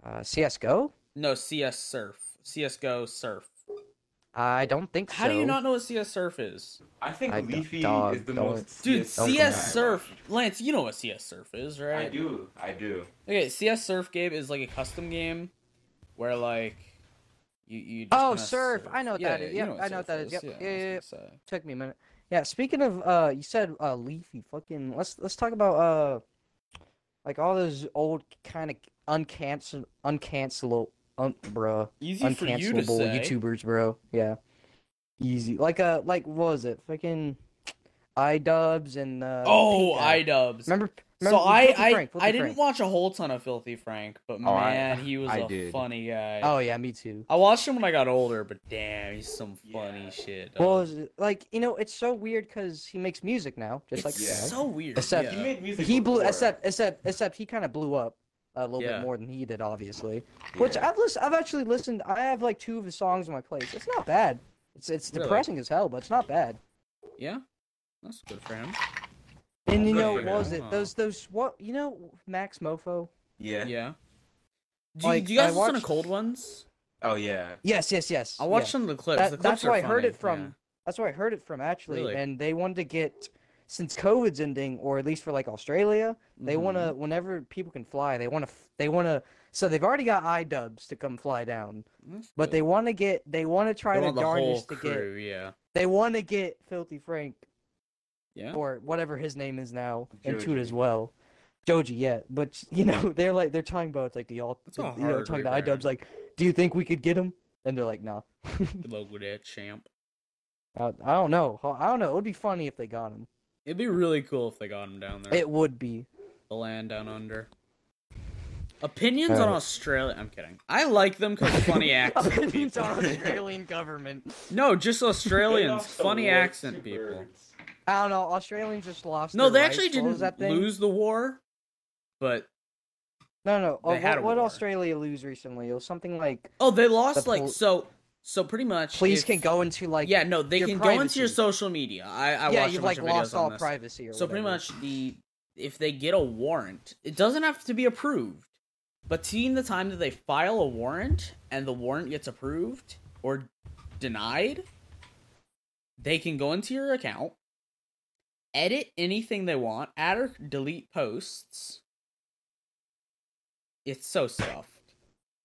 [SPEAKER 3] Uh, CS:GO?
[SPEAKER 1] No, CS surf. CS:GO surf.
[SPEAKER 3] I don't think
[SPEAKER 1] How
[SPEAKER 3] so.
[SPEAKER 1] do you not know what CS surf is?
[SPEAKER 2] I think
[SPEAKER 3] I d-
[SPEAKER 2] Leafy
[SPEAKER 3] dog,
[SPEAKER 2] is the
[SPEAKER 3] dog.
[SPEAKER 2] most.
[SPEAKER 1] Dude,
[SPEAKER 3] Don't
[SPEAKER 1] CS
[SPEAKER 3] compare.
[SPEAKER 1] surf. Lance, you know what CS surf is, right?
[SPEAKER 2] I do. I do.
[SPEAKER 1] Okay, CS Surf game is like a custom game where like you you. Just
[SPEAKER 3] Oh,
[SPEAKER 1] kinda
[SPEAKER 3] surf. I know what that is.
[SPEAKER 1] you
[SPEAKER 3] Yep, I know what that
[SPEAKER 1] surf
[SPEAKER 3] is. Yep, yeah,
[SPEAKER 1] I was
[SPEAKER 3] yeah,
[SPEAKER 1] gonna
[SPEAKER 3] yep.
[SPEAKER 1] say.
[SPEAKER 3] Took me a minute. Yeah. Speaking of, uh, you said uh, leafy. Fucking. Let's let's talk about uh, like all those old kind of uncancel uncancelable un bruh
[SPEAKER 1] Easy for you to
[SPEAKER 3] uncancelable
[SPEAKER 1] say.
[SPEAKER 3] YouTubers, bro. Yeah. Easy. Like uh, like what was it? Fucking iDubbbz and uh.
[SPEAKER 1] Oh,
[SPEAKER 3] Pika.
[SPEAKER 1] iDubbbz.
[SPEAKER 3] Remember?
[SPEAKER 1] So
[SPEAKER 3] remember
[SPEAKER 1] I
[SPEAKER 3] Filthy
[SPEAKER 1] I,
[SPEAKER 3] Frank, Filthy
[SPEAKER 1] I didn't
[SPEAKER 3] Frank.
[SPEAKER 1] watch a whole ton of Filthy Frank, but
[SPEAKER 4] Oh, I-
[SPEAKER 1] man, he was
[SPEAKER 4] I
[SPEAKER 1] a
[SPEAKER 4] did.
[SPEAKER 1] funny guy.
[SPEAKER 3] Oh yeah, me too.
[SPEAKER 1] I watched him when I got older, but damn, he's some funny
[SPEAKER 2] Yeah.
[SPEAKER 1] shit.
[SPEAKER 3] What
[SPEAKER 1] dog.
[SPEAKER 3] was it? Like you know, it's so weird because he makes music now, just like
[SPEAKER 1] it's
[SPEAKER 2] yeah.
[SPEAKER 3] Sky.
[SPEAKER 1] so weird.
[SPEAKER 3] Except-
[SPEAKER 2] He
[SPEAKER 1] yeah.
[SPEAKER 2] made music.
[SPEAKER 3] He blew,
[SPEAKER 2] before.
[SPEAKER 3] except except except he kind of blew up a little
[SPEAKER 1] Yeah.
[SPEAKER 3] bit more than he did, obviously.
[SPEAKER 2] Yeah.
[SPEAKER 3] Which I've listened, I've actually listened. I have like two of his songs in my playlist. It's not bad. It's it's
[SPEAKER 1] Really?
[SPEAKER 3] depressing as hell, but it's not bad.
[SPEAKER 1] yeah, that's good for him.
[SPEAKER 3] And you
[SPEAKER 2] Good
[SPEAKER 3] know
[SPEAKER 2] for
[SPEAKER 3] what was
[SPEAKER 1] him.
[SPEAKER 3] it? Those those what you know Max Mofo.
[SPEAKER 2] Yeah.
[SPEAKER 1] Yeah. Do, you
[SPEAKER 3] Like,
[SPEAKER 1] do you guys
[SPEAKER 3] I
[SPEAKER 1] listen
[SPEAKER 3] watched-
[SPEAKER 1] to Cold Ones?
[SPEAKER 2] Oh yeah.
[SPEAKER 3] Yes, yes, yes.
[SPEAKER 1] I watched
[SPEAKER 3] yeah.
[SPEAKER 1] some of the clips.
[SPEAKER 3] That-
[SPEAKER 1] the clips
[SPEAKER 3] that's
[SPEAKER 1] are
[SPEAKER 3] where I heard
[SPEAKER 1] funny,
[SPEAKER 3] it from.
[SPEAKER 1] yeah.
[SPEAKER 3] That's where I heard it from actually.
[SPEAKER 1] Really?
[SPEAKER 3] And they wanted to get since COVID's ending, or at least for like Australia, they want
[SPEAKER 1] Mhm.
[SPEAKER 3] to whenever people can fly, they want to they want to. So they've already got iDubbbz to come fly down,
[SPEAKER 1] That's
[SPEAKER 3] but
[SPEAKER 1] good.
[SPEAKER 3] they want to get they want to try
[SPEAKER 1] They
[SPEAKER 3] their
[SPEAKER 1] want the whole
[SPEAKER 3] darndest to get
[SPEAKER 1] crew, Yeah.
[SPEAKER 3] they want to get Filthy Frank
[SPEAKER 1] Yeah.
[SPEAKER 3] or whatever his name is now into it
[SPEAKER 2] Joji.
[SPEAKER 3] as well. Joji, yeah, but you know they're like they're talking about like the all
[SPEAKER 1] That's
[SPEAKER 3] you
[SPEAKER 1] a
[SPEAKER 3] know
[SPEAKER 1] hard
[SPEAKER 3] talking to
[SPEAKER 1] rebrand.
[SPEAKER 3] iDubbbz like, do you think we could get him? And they're like, nah.
[SPEAKER 1] Good luck with that, champ.
[SPEAKER 3] I I don't know. I don't know. It would be funny if they got him.
[SPEAKER 1] It'd be really cool if they got him down there.
[SPEAKER 3] It would be.
[SPEAKER 1] the land down under. Opinions on
[SPEAKER 3] Alright.
[SPEAKER 1] Australia. I'm kidding. I like them because funny accent
[SPEAKER 3] Opinions
[SPEAKER 1] people.
[SPEAKER 3] on Australian government.
[SPEAKER 1] No, just Australians.
[SPEAKER 2] Lost the
[SPEAKER 1] Funny
[SPEAKER 2] war
[SPEAKER 1] accent
[SPEAKER 2] to
[SPEAKER 1] people.
[SPEAKER 2] birds.
[SPEAKER 3] I don't know. Australians just lost.
[SPEAKER 1] No, they
[SPEAKER 3] their
[SPEAKER 1] actually
[SPEAKER 3] rights. What was
[SPEAKER 1] didn't
[SPEAKER 3] that thing?
[SPEAKER 1] lose the war, but
[SPEAKER 3] No, no.
[SPEAKER 1] They
[SPEAKER 3] Uh,
[SPEAKER 1] had a
[SPEAKER 3] what what
[SPEAKER 1] war.
[SPEAKER 3] Australia lose recently? It was something like
[SPEAKER 1] oh, they lost
[SPEAKER 3] The
[SPEAKER 1] like
[SPEAKER 3] pol-
[SPEAKER 1] so. So pretty much,
[SPEAKER 3] police
[SPEAKER 1] if-
[SPEAKER 3] can go into like
[SPEAKER 1] Yeah, no, they
[SPEAKER 3] your
[SPEAKER 1] can go into your
[SPEAKER 3] privacy.
[SPEAKER 1] social media. I, I
[SPEAKER 3] yeah
[SPEAKER 1] watched
[SPEAKER 3] you've
[SPEAKER 1] a bunch
[SPEAKER 3] like
[SPEAKER 1] of videos
[SPEAKER 3] lost
[SPEAKER 1] on
[SPEAKER 3] all
[SPEAKER 1] this.
[SPEAKER 3] privacy. Or
[SPEAKER 1] So pretty
[SPEAKER 3] whatever.
[SPEAKER 1] much the if they get a warrant, it doesn't have to be approved. But between the time that they file a warrant and the warrant gets approved or denied, they can go into your account, edit anything they want, add or delete posts. It's so stuffed.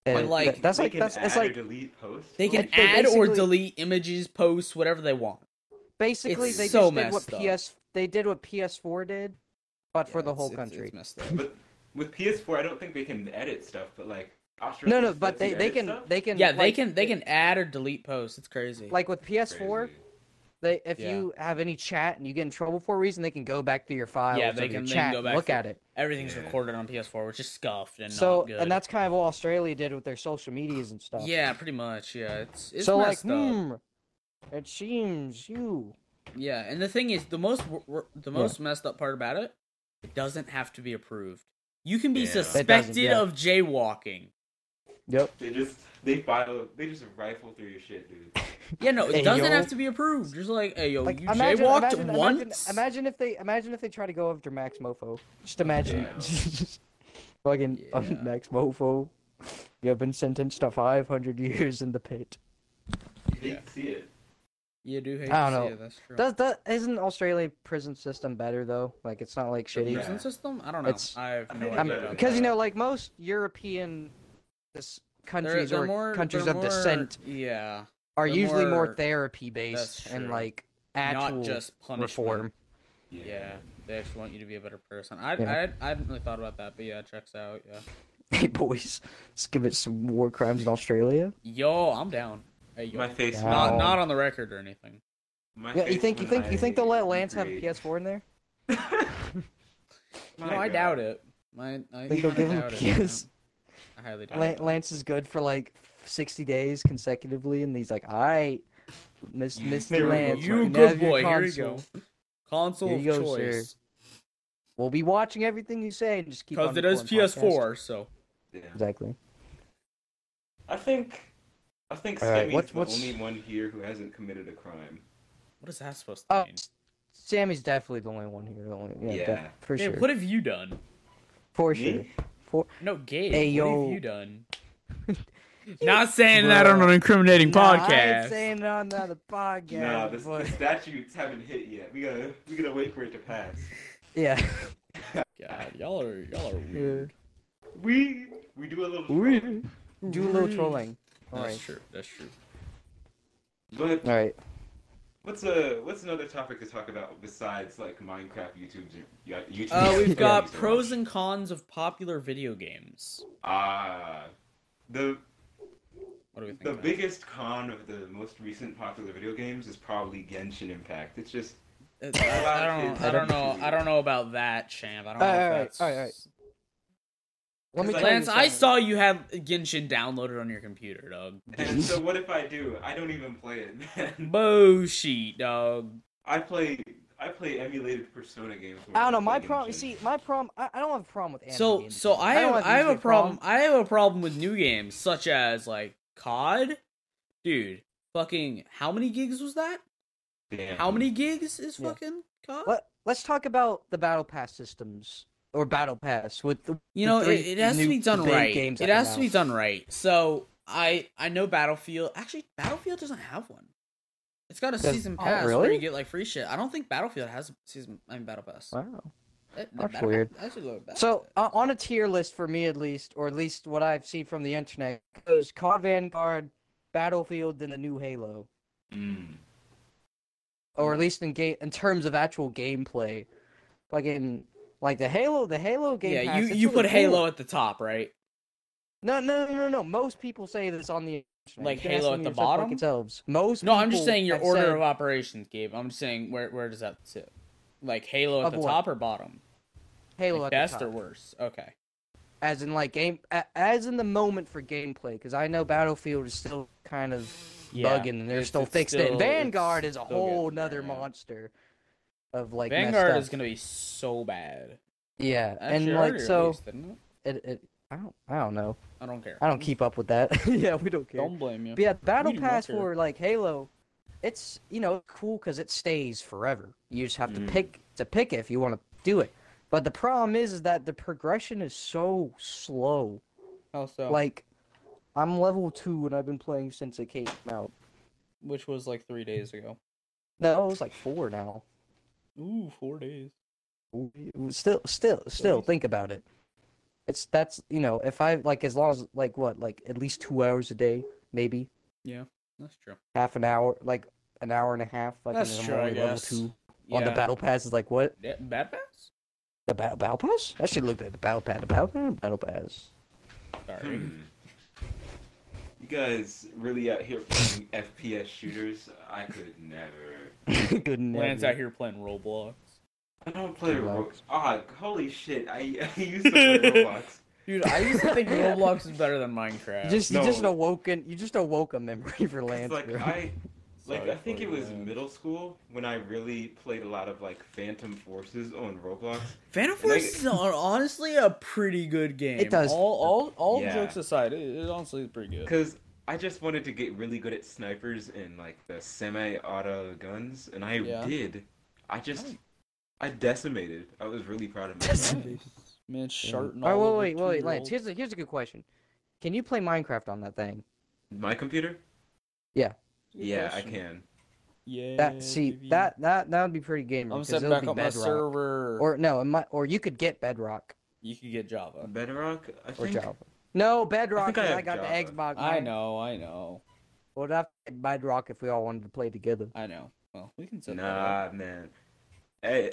[SPEAKER 3] Uh,
[SPEAKER 1] but, like,
[SPEAKER 3] that's
[SPEAKER 2] They
[SPEAKER 3] like
[SPEAKER 2] can
[SPEAKER 3] that's
[SPEAKER 2] add
[SPEAKER 3] it's
[SPEAKER 2] or
[SPEAKER 3] like
[SPEAKER 2] delete posts.
[SPEAKER 1] They can
[SPEAKER 3] Like, they
[SPEAKER 1] add or
[SPEAKER 3] basically-
[SPEAKER 1] delete images, posts, whatever they want.
[SPEAKER 3] basically
[SPEAKER 1] it's
[SPEAKER 3] they
[SPEAKER 1] so
[SPEAKER 3] just did what
[SPEAKER 1] messed up.
[SPEAKER 3] PS they did what PS4 did, but for
[SPEAKER 1] Yeah,
[SPEAKER 3] the
[SPEAKER 1] it's-
[SPEAKER 3] whole
[SPEAKER 1] it's- it's
[SPEAKER 3] country.
[SPEAKER 1] messed up.
[SPEAKER 2] But with PS4, I don't think they can edit stuff. But like
[SPEAKER 3] No,
[SPEAKER 2] Australia
[SPEAKER 3] no, but they they can they can
[SPEAKER 1] yeah, they
[SPEAKER 3] like-
[SPEAKER 1] can they can add or delete posts. It's crazy.
[SPEAKER 3] like with PS4. They, if
[SPEAKER 1] Yeah.
[SPEAKER 3] you have any chat and you get in trouble for a reason, they can go back through your files
[SPEAKER 1] they
[SPEAKER 3] of your
[SPEAKER 1] can- they can
[SPEAKER 3] chat
[SPEAKER 1] go
[SPEAKER 3] and
[SPEAKER 1] back
[SPEAKER 3] look
[SPEAKER 1] through-
[SPEAKER 3] at it.
[SPEAKER 1] Everything's
[SPEAKER 2] Yeah.
[SPEAKER 1] recorded on PS4, which is scuffed and
[SPEAKER 3] so
[SPEAKER 1] not good.
[SPEAKER 3] and that's kind of what Australia did with their social medias and stuff.
[SPEAKER 1] yeah, pretty much. Yeah, it's it's
[SPEAKER 3] so like,
[SPEAKER 1] messed up.
[SPEAKER 3] hmm, it seems you.
[SPEAKER 1] Yeah, and the thing is, the most wor- wor- the most messed up part about it, it doesn't have to be approved. You can be
[SPEAKER 2] Yeah. It doesn't,
[SPEAKER 1] suspected
[SPEAKER 3] yeah.
[SPEAKER 1] of jaywalking.
[SPEAKER 3] Yep.
[SPEAKER 2] They just they file they just rifle through your shit, dude.
[SPEAKER 1] Yeah, no, it
[SPEAKER 3] Hey,
[SPEAKER 1] doesn't
[SPEAKER 3] yo.
[SPEAKER 1] have to be approved. Just like, hey, yo,
[SPEAKER 3] Like
[SPEAKER 1] you
[SPEAKER 3] imagine,
[SPEAKER 1] jaywalked
[SPEAKER 3] imagine,
[SPEAKER 1] once.
[SPEAKER 3] imagine, imagine if they imagine if they try to go after Max Mofo. Just imagine,
[SPEAKER 2] Yeah.
[SPEAKER 3] fucking um,
[SPEAKER 1] Yeah.
[SPEAKER 3] Max Mofo. You have been sentenced to 500 years in the pit.
[SPEAKER 2] You
[SPEAKER 1] Yeah.
[SPEAKER 2] didn't see it.
[SPEAKER 1] You do hate
[SPEAKER 3] I
[SPEAKER 1] to
[SPEAKER 3] don't
[SPEAKER 1] see
[SPEAKER 3] know.
[SPEAKER 1] it, That's true.
[SPEAKER 3] Does that isn't Australia prison system better though? Like it's not like
[SPEAKER 1] the
[SPEAKER 3] shitty.
[SPEAKER 1] prison
[SPEAKER 2] Yeah.
[SPEAKER 1] system? I don't know.
[SPEAKER 3] It's-
[SPEAKER 1] I have no
[SPEAKER 2] I'm-
[SPEAKER 1] idea.
[SPEAKER 2] Yeah.
[SPEAKER 1] about
[SPEAKER 3] Because you
[SPEAKER 1] that.
[SPEAKER 3] know, like most European dis- countries
[SPEAKER 1] they're
[SPEAKER 3] or
[SPEAKER 1] more,
[SPEAKER 3] countries
[SPEAKER 1] they're
[SPEAKER 3] of
[SPEAKER 1] more-
[SPEAKER 3] descent
[SPEAKER 1] Yeah,
[SPEAKER 3] are
[SPEAKER 1] they're
[SPEAKER 3] usually more,
[SPEAKER 1] more-
[SPEAKER 3] therapy
[SPEAKER 1] that's
[SPEAKER 3] based and
[SPEAKER 1] true.
[SPEAKER 3] like actual
[SPEAKER 1] not just punishment.
[SPEAKER 3] reform.
[SPEAKER 1] Yeah, they actually want you to be a better person. I
[SPEAKER 3] Yeah.
[SPEAKER 1] I I hadn't really thought about that, but yeah, it checks out. Yeah.
[SPEAKER 3] Hey boys, let's give it some war crimes in Australia.
[SPEAKER 1] Yo, I'm down. Hey, yo.
[SPEAKER 2] My face.
[SPEAKER 3] Yeah.
[SPEAKER 1] not
[SPEAKER 3] Wow.
[SPEAKER 1] not on the record or anything.
[SPEAKER 2] My
[SPEAKER 3] Yeah, you
[SPEAKER 2] face
[SPEAKER 3] think you
[SPEAKER 2] when
[SPEAKER 3] think you think
[SPEAKER 2] I
[SPEAKER 3] they'll let Lance have a
[SPEAKER 2] create-
[SPEAKER 3] PS4 in there?
[SPEAKER 1] No,
[SPEAKER 2] My
[SPEAKER 1] I
[SPEAKER 2] God.
[SPEAKER 1] doubt it. My, I,
[SPEAKER 3] Think they'll
[SPEAKER 1] I
[SPEAKER 3] give him a
[SPEAKER 1] doubt it, yeah.
[SPEAKER 3] PS?
[SPEAKER 1] I highly doubt
[SPEAKER 3] La-
[SPEAKER 1] it.
[SPEAKER 3] Lance is good for like 60 days consecutively, and he's like, all right, Miss Mr.
[SPEAKER 2] You
[SPEAKER 3] Lance,
[SPEAKER 1] you
[SPEAKER 3] you
[SPEAKER 1] good
[SPEAKER 3] have your
[SPEAKER 1] boy. Here you
[SPEAKER 3] console.
[SPEAKER 1] go. Console
[SPEAKER 3] Here you
[SPEAKER 1] of
[SPEAKER 3] go, sir.
[SPEAKER 1] choice.
[SPEAKER 3] We'll be watching everything you say and just keep. on
[SPEAKER 1] Because it
[SPEAKER 3] the
[SPEAKER 1] is
[SPEAKER 3] Corn Podcast.
[SPEAKER 1] PS4, so
[SPEAKER 2] Yeah.
[SPEAKER 3] Exactly.
[SPEAKER 2] I think I think
[SPEAKER 3] All right,
[SPEAKER 2] Sammy's
[SPEAKER 3] what-
[SPEAKER 2] the
[SPEAKER 3] what's-
[SPEAKER 2] only one here who hasn't committed a crime.
[SPEAKER 1] what is that supposed to
[SPEAKER 3] Oh,
[SPEAKER 1] mean?
[SPEAKER 3] S- Sammy's definitely the only one here. The only, yeah, def-
[SPEAKER 2] Yeah.
[SPEAKER 3] for
[SPEAKER 1] Gabe,
[SPEAKER 3] sure.
[SPEAKER 1] what have you done?
[SPEAKER 3] for
[SPEAKER 2] Me?
[SPEAKER 3] sure. For
[SPEAKER 1] No, Gabe,
[SPEAKER 3] Hey,
[SPEAKER 1] what
[SPEAKER 3] yo.
[SPEAKER 1] have you done? Not saying that on an incriminating
[SPEAKER 3] Nah, I ain't
[SPEAKER 1] podcast.
[SPEAKER 3] saying it on the other podcast.
[SPEAKER 2] nah, the, the
[SPEAKER 3] but-
[SPEAKER 2] statutes haven't hit yet. We gotta we gotta wait for it to pass.
[SPEAKER 3] yeah.
[SPEAKER 1] God, y'all are y'all are
[SPEAKER 3] Do
[SPEAKER 1] weird.
[SPEAKER 2] We we do a little
[SPEAKER 3] Ooh. a little
[SPEAKER 1] Weird.
[SPEAKER 3] trolling. All
[SPEAKER 1] That's
[SPEAKER 3] right.
[SPEAKER 1] true. That's true.
[SPEAKER 2] But
[SPEAKER 3] All right.
[SPEAKER 2] what's a what's another topic to talk about besides like Minecraft YouTube? Yeah, YouTube.
[SPEAKER 1] Uh, we've
[SPEAKER 2] Thank
[SPEAKER 1] got
[SPEAKER 2] you so
[SPEAKER 1] pros
[SPEAKER 2] much.
[SPEAKER 1] and cons of popular video games.
[SPEAKER 2] ah the
[SPEAKER 1] What do we think?
[SPEAKER 2] the
[SPEAKER 1] about
[SPEAKER 2] biggest con of the most recent popular video games is probably Genshin Impact. It's just
[SPEAKER 1] it? Uh, I, I don't. I don't know. I don't know about that, champ. I don't know. if
[SPEAKER 3] Alright,
[SPEAKER 1] that's...
[SPEAKER 3] alright, Let me
[SPEAKER 2] Cause
[SPEAKER 3] tell
[SPEAKER 1] Lance,
[SPEAKER 3] you
[SPEAKER 1] I
[SPEAKER 3] something.
[SPEAKER 1] saw you had Genshin downloaded on your computer, dog.
[SPEAKER 2] and so what if I do? I don't even play it. Man.
[SPEAKER 1] Bullshit, dog.
[SPEAKER 2] I play I play emulated Persona games. when
[SPEAKER 3] I don't know.
[SPEAKER 2] play
[SPEAKER 3] My problem.
[SPEAKER 2] Genshin.
[SPEAKER 3] See, my problem. I, I don't have a problem with anime
[SPEAKER 1] So,
[SPEAKER 3] games.
[SPEAKER 1] so I
[SPEAKER 3] don't
[SPEAKER 1] have, I have
[SPEAKER 3] usually
[SPEAKER 1] a problem. I have a problem with new games such as like COD, dude. Fucking, how many gigs was that?
[SPEAKER 2] Damn.
[SPEAKER 1] How many gigs is
[SPEAKER 3] Yeah.
[SPEAKER 1] fucking COD?
[SPEAKER 3] Let, let's talk about the battle pass systems or battle pass with the
[SPEAKER 1] You
[SPEAKER 3] the
[SPEAKER 1] know,
[SPEAKER 3] three
[SPEAKER 1] it, it has to
[SPEAKER 3] new
[SPEAKER 1] be done
[SPEAKER 3] big
[SPEAKER 1] right.
[SPEAKER 3] Games
[SPEAKER 1] It
[SPEAKER 3] that
[SPEAKER 1] has to
[SPEAKER 3] come
[SPEAKER 1] be
[SPEAKER 3] out.
[SPEAKER 1] done right. So I I know Battlefield. Actually, Battlefield doesn't have one. It's got a
[SPEAKER 3] Does-
[SPEAKER 1] season
[SPEAKER 3] oh,
[SPEAKER 1] pass where
[SPEAKER 3] really?
[SPEAKER 1] you get like free shit. I don't think Battlefield has a season. I mean, battle pass.
[SPEAKER 3] Wow.
[SPEAKER 1] That- that
[SPEAKER 3] That's
[SPEAKER 1] Battle
[SPEAKER 3] weird.
[SPEAKER 1] Pass- I should look at that.
[SPEAKER 3] So uh, on a tier list for me at least, or at least what I've seen from the internet, goes COD Vanguard, Battlefield, then the new Halo,
[SPEAKER 2] Mm.
[SPEAKER 3] or at least in game in terms of actual gameplay, like in like the Halo, the Halo game.
[SPEAKER 1] yeah,
[SPEAKER 3] Pass,
[SPEAKER 1] you
[SPEAKER 3] it's
[SPEAKER 1] you
[SPEAKER 3] really
[SPEAKER 1] put
[SPEAKER 3] cool.
[SPEAKER 1] Halo at the top, right?
[SPEAKER 3] No, no, no, no, no. Most people say this on the internet.
[SPEAKER 1] Like
[SPEAKER 3] You can ask
[SPEAKER 1] Halo
[SPEAKER 3] them
[SPEAKER 1] at the
[SPEAKER 3] yourself, like,
[SPEAKER 1] bottom?
[SPEAKER 3] Themselves. Most.
[SPEAKER 1] No, I'm just
[SPEAKER 3] people
[SPEAKER 1] saying your
[SPEAKER 3] have
[SPEAKER 1] order
[SPEAKER 3] said-
[SPEAKER 1] of operations, Gabe. I'm just saying where where does that sit? Like Halo at
[SPEAKER 3] Of
[SPEAKER 1] the
[SPEAKER 3] what?
[SPEAKER 1] top or bottom?
[SPEAKER 3] Halo
[SPEAKER 1] Like
[SPEAKER 3] at the
[SPEAKER 1] best
[SPEAKER 3] top.
[SPEAKER 1] or worst? Okay.
[SPEAKER 3] as in like game, a- as in the moment for gameplay, because I know Battlefield is still kind of
[SPEAKER 4] Yeah,
[SPEAKER 3] bugging and they're
[SPEAKER 4] it's-
[SPEAKER 3] still
[SPEAKER 4] it's
[SPEAKER 3] fixing it. And
[SPEAKER 4] still-
[SPEAKER 3] Vanguard
[SPEAKER 4] it's
[SPEAKER 3] is a
[SPEAKER 4] still
[SPEAKER 3] whole
[SPEAKER 4] getting there,
[SPEAKER 3] nother
[SPEAKER 4] yeah.
[SPEAKER 3] monster of like messed
[SPEAKER 4] Vanguard
[SPEAKER 3] up.
[SPEAKER 4] is gonna be so bad.
[SPEAKER 3] yeah,
[SPEAKER 1] Actually,
[SPEAKER 3] and
[SPEAKER 1] it
[SPEAKER 3] like
[SPEAKER 1] already
[SPEAKER 3] so,
[SPEAKER 1] released, didn't it?
[SPEAKER 3] it, it, I don't, I don't know,
[SPEAKER 1] I don't care.
[SPEAKER 3] I don't keep up with that. yeah, we don't care.
[SPEAKER 1] Don't blame you.
[SPEAKER 3] But yeah, Battle
[SPEAKER 1] do not
[SPEAKER 3] Pass
[SPEAKER 1] care.
[SPEAKER 3] for like Halo, it's you know cool because it stays forever. You just have to
[SPEAKER 2] Mm.
[SPEAKER 3] pick to pick it if you want to do it. But the problem is, is that the progression is so slow.
[SPEAKER 1] How Oh, so?
[SPEAKER 3] Like, I'm level two and I've been playing since it came out.
[SPEAKER 1] Which was like three days ago.
[SPEAKER 3] No, it's like four now.
[SPEAKER 1] Ooh, four days.
[SPEAKER 3] Still, still, still.
[SPEAKER 1] least-
[SPEAKER 3] Think about it. It's that's you know if I like as long as like what like at least two hours a day maybe
[SPEAKER 1] That's true.
[SPEAKER 3] half an hour like an hour and a half like
[SPEAKER 1] That's
[SPEAKER 3] and I'm
[SPEAKER 1] true, I
[SPEAKER 3] only level
[SPEAKER 1] guess.
[SPEAKER 3] two on the
[SPEAKER 1] Yeah.
[SPEAKER 3] battle pass is like what
[SPEAKER 1] Yeah, Bad Pass?
[SPEAKER 3] The battle, battle pass? I should look at the battle pass. The battle pass. Battle pass.
[SPEAKER 1] Sorry.
[SPEAKER 2] Hmm. You guys really out here playing FPS shooters? I could never.
[SPEAKER 3] Good
[SPEAKER 1] Lance
[SPEAKER 3] never.
[SPEAKER 1] out here playing Roblox.
[SPEAKER 2] I don't play Roblox.
[SPEAKER 3] Relax.
[SPEAKER 2] Ah, holy shit! I, I used to play Roblox.
[SPEAKER 1] Dude, I used to think Roblox is better than Minecraft.
[SPEAKER 3] You just you just
[SPEAKER 2] No.
[SPEAKER 3] awoken you just awoke a memory for
[SPEAKER 2] It's
[SPEAKER 3] Lance.
[SPEAKER 2] like
[SPEAKER 3] bro.
[SPEAKER 2] I, like
[SPEAKER 1] Sorry
[SPEAKER 2] I think
[SPEAKER 1] for
[SPEAKER 2] it
[SPEAKER 1] you,
[SPEAKER 2] was
[SPEAKER 1] man.
[SPEAKER 2] middle school when I really played a lot of like Phantom Forces on Roblox.
[SPEAKER 1] Phantom
[SPEAKER 2] And I-
[SPEAKER 1] Force is hon- honestly a pretty good game.
[SPEAKER 3] does-
[SPEAKER 1] All all, all
[SPEAKER 2] Yeah.
[SPEAKER 1] jokes aside, it, it honestly is pretty good.
[SPEAKER 2] Because I just wanted to get really good at snipers and like the semi-auto guns, and I
[SPEAKER 1] Yeah.
[SPEAKER 2] did. I just,
[SPEAKER 1] Nice.
[SPEAKER 2] I decimated. I was really proud of myself.
[SPEAKER 1] Nice. Man, it's sharting all
[SPEAKER 3] Oh
[SPEAKER 1] over
[SPEAKER 3] wait wait wait
[SPEAKER 1] two-year-olds.
[SPEAKER 3] Lance. Here's a here's a good question. Can you play Minecraft on that thing?
[SPEAKER 2] My computer?
[SPEAKER 1] Good
[SPEAKER 2] yeah,
[SPEAKER 1] question.
[SPEAKER 2] I can.
[SPEAKER 1] Yeah.
[SPEAKER 3] That see
[SPEAKER 1] baby.
[SPEAKER 3] that that that would be pretty gamer.
[SPEAKER 1] I'm
[SPEAKER 3] 'cause
[SPEAKER 1] setting
[SPEAKER 3] it'll
[SPEAKER 1] back
[SPEAKER 3] be
[SPEAKER 1] up my
[SPEAKER 3] Bedrock.
[SPEAKER 1] server.
[SPEAKER 3] Or no, it might, or you could get Bedrock
[SPEAKER 1] you could get Java.
[SPEAKER 2] Bedrock? I
[SPEAKER 3] or
[SPEAKER 2] think.
[SPEAKER 3] Java. No Bedrock.
[SPEAKER 2] think I
[SPEAKER 3] 'cause I,
[SPEAKER 2] have
[SPEAKER 3] got
[SPEAKER 2] Java.
[SPEAKER 3] the Xbox.
[SPEAKER 1] I know, I know,
[SPEAKER 3] Well, that Bedrock if we all wanted to play together.
[SPEAKER 1] I know. Well, we can set that up.
[SPEAKER 2] Nah, man. Hey,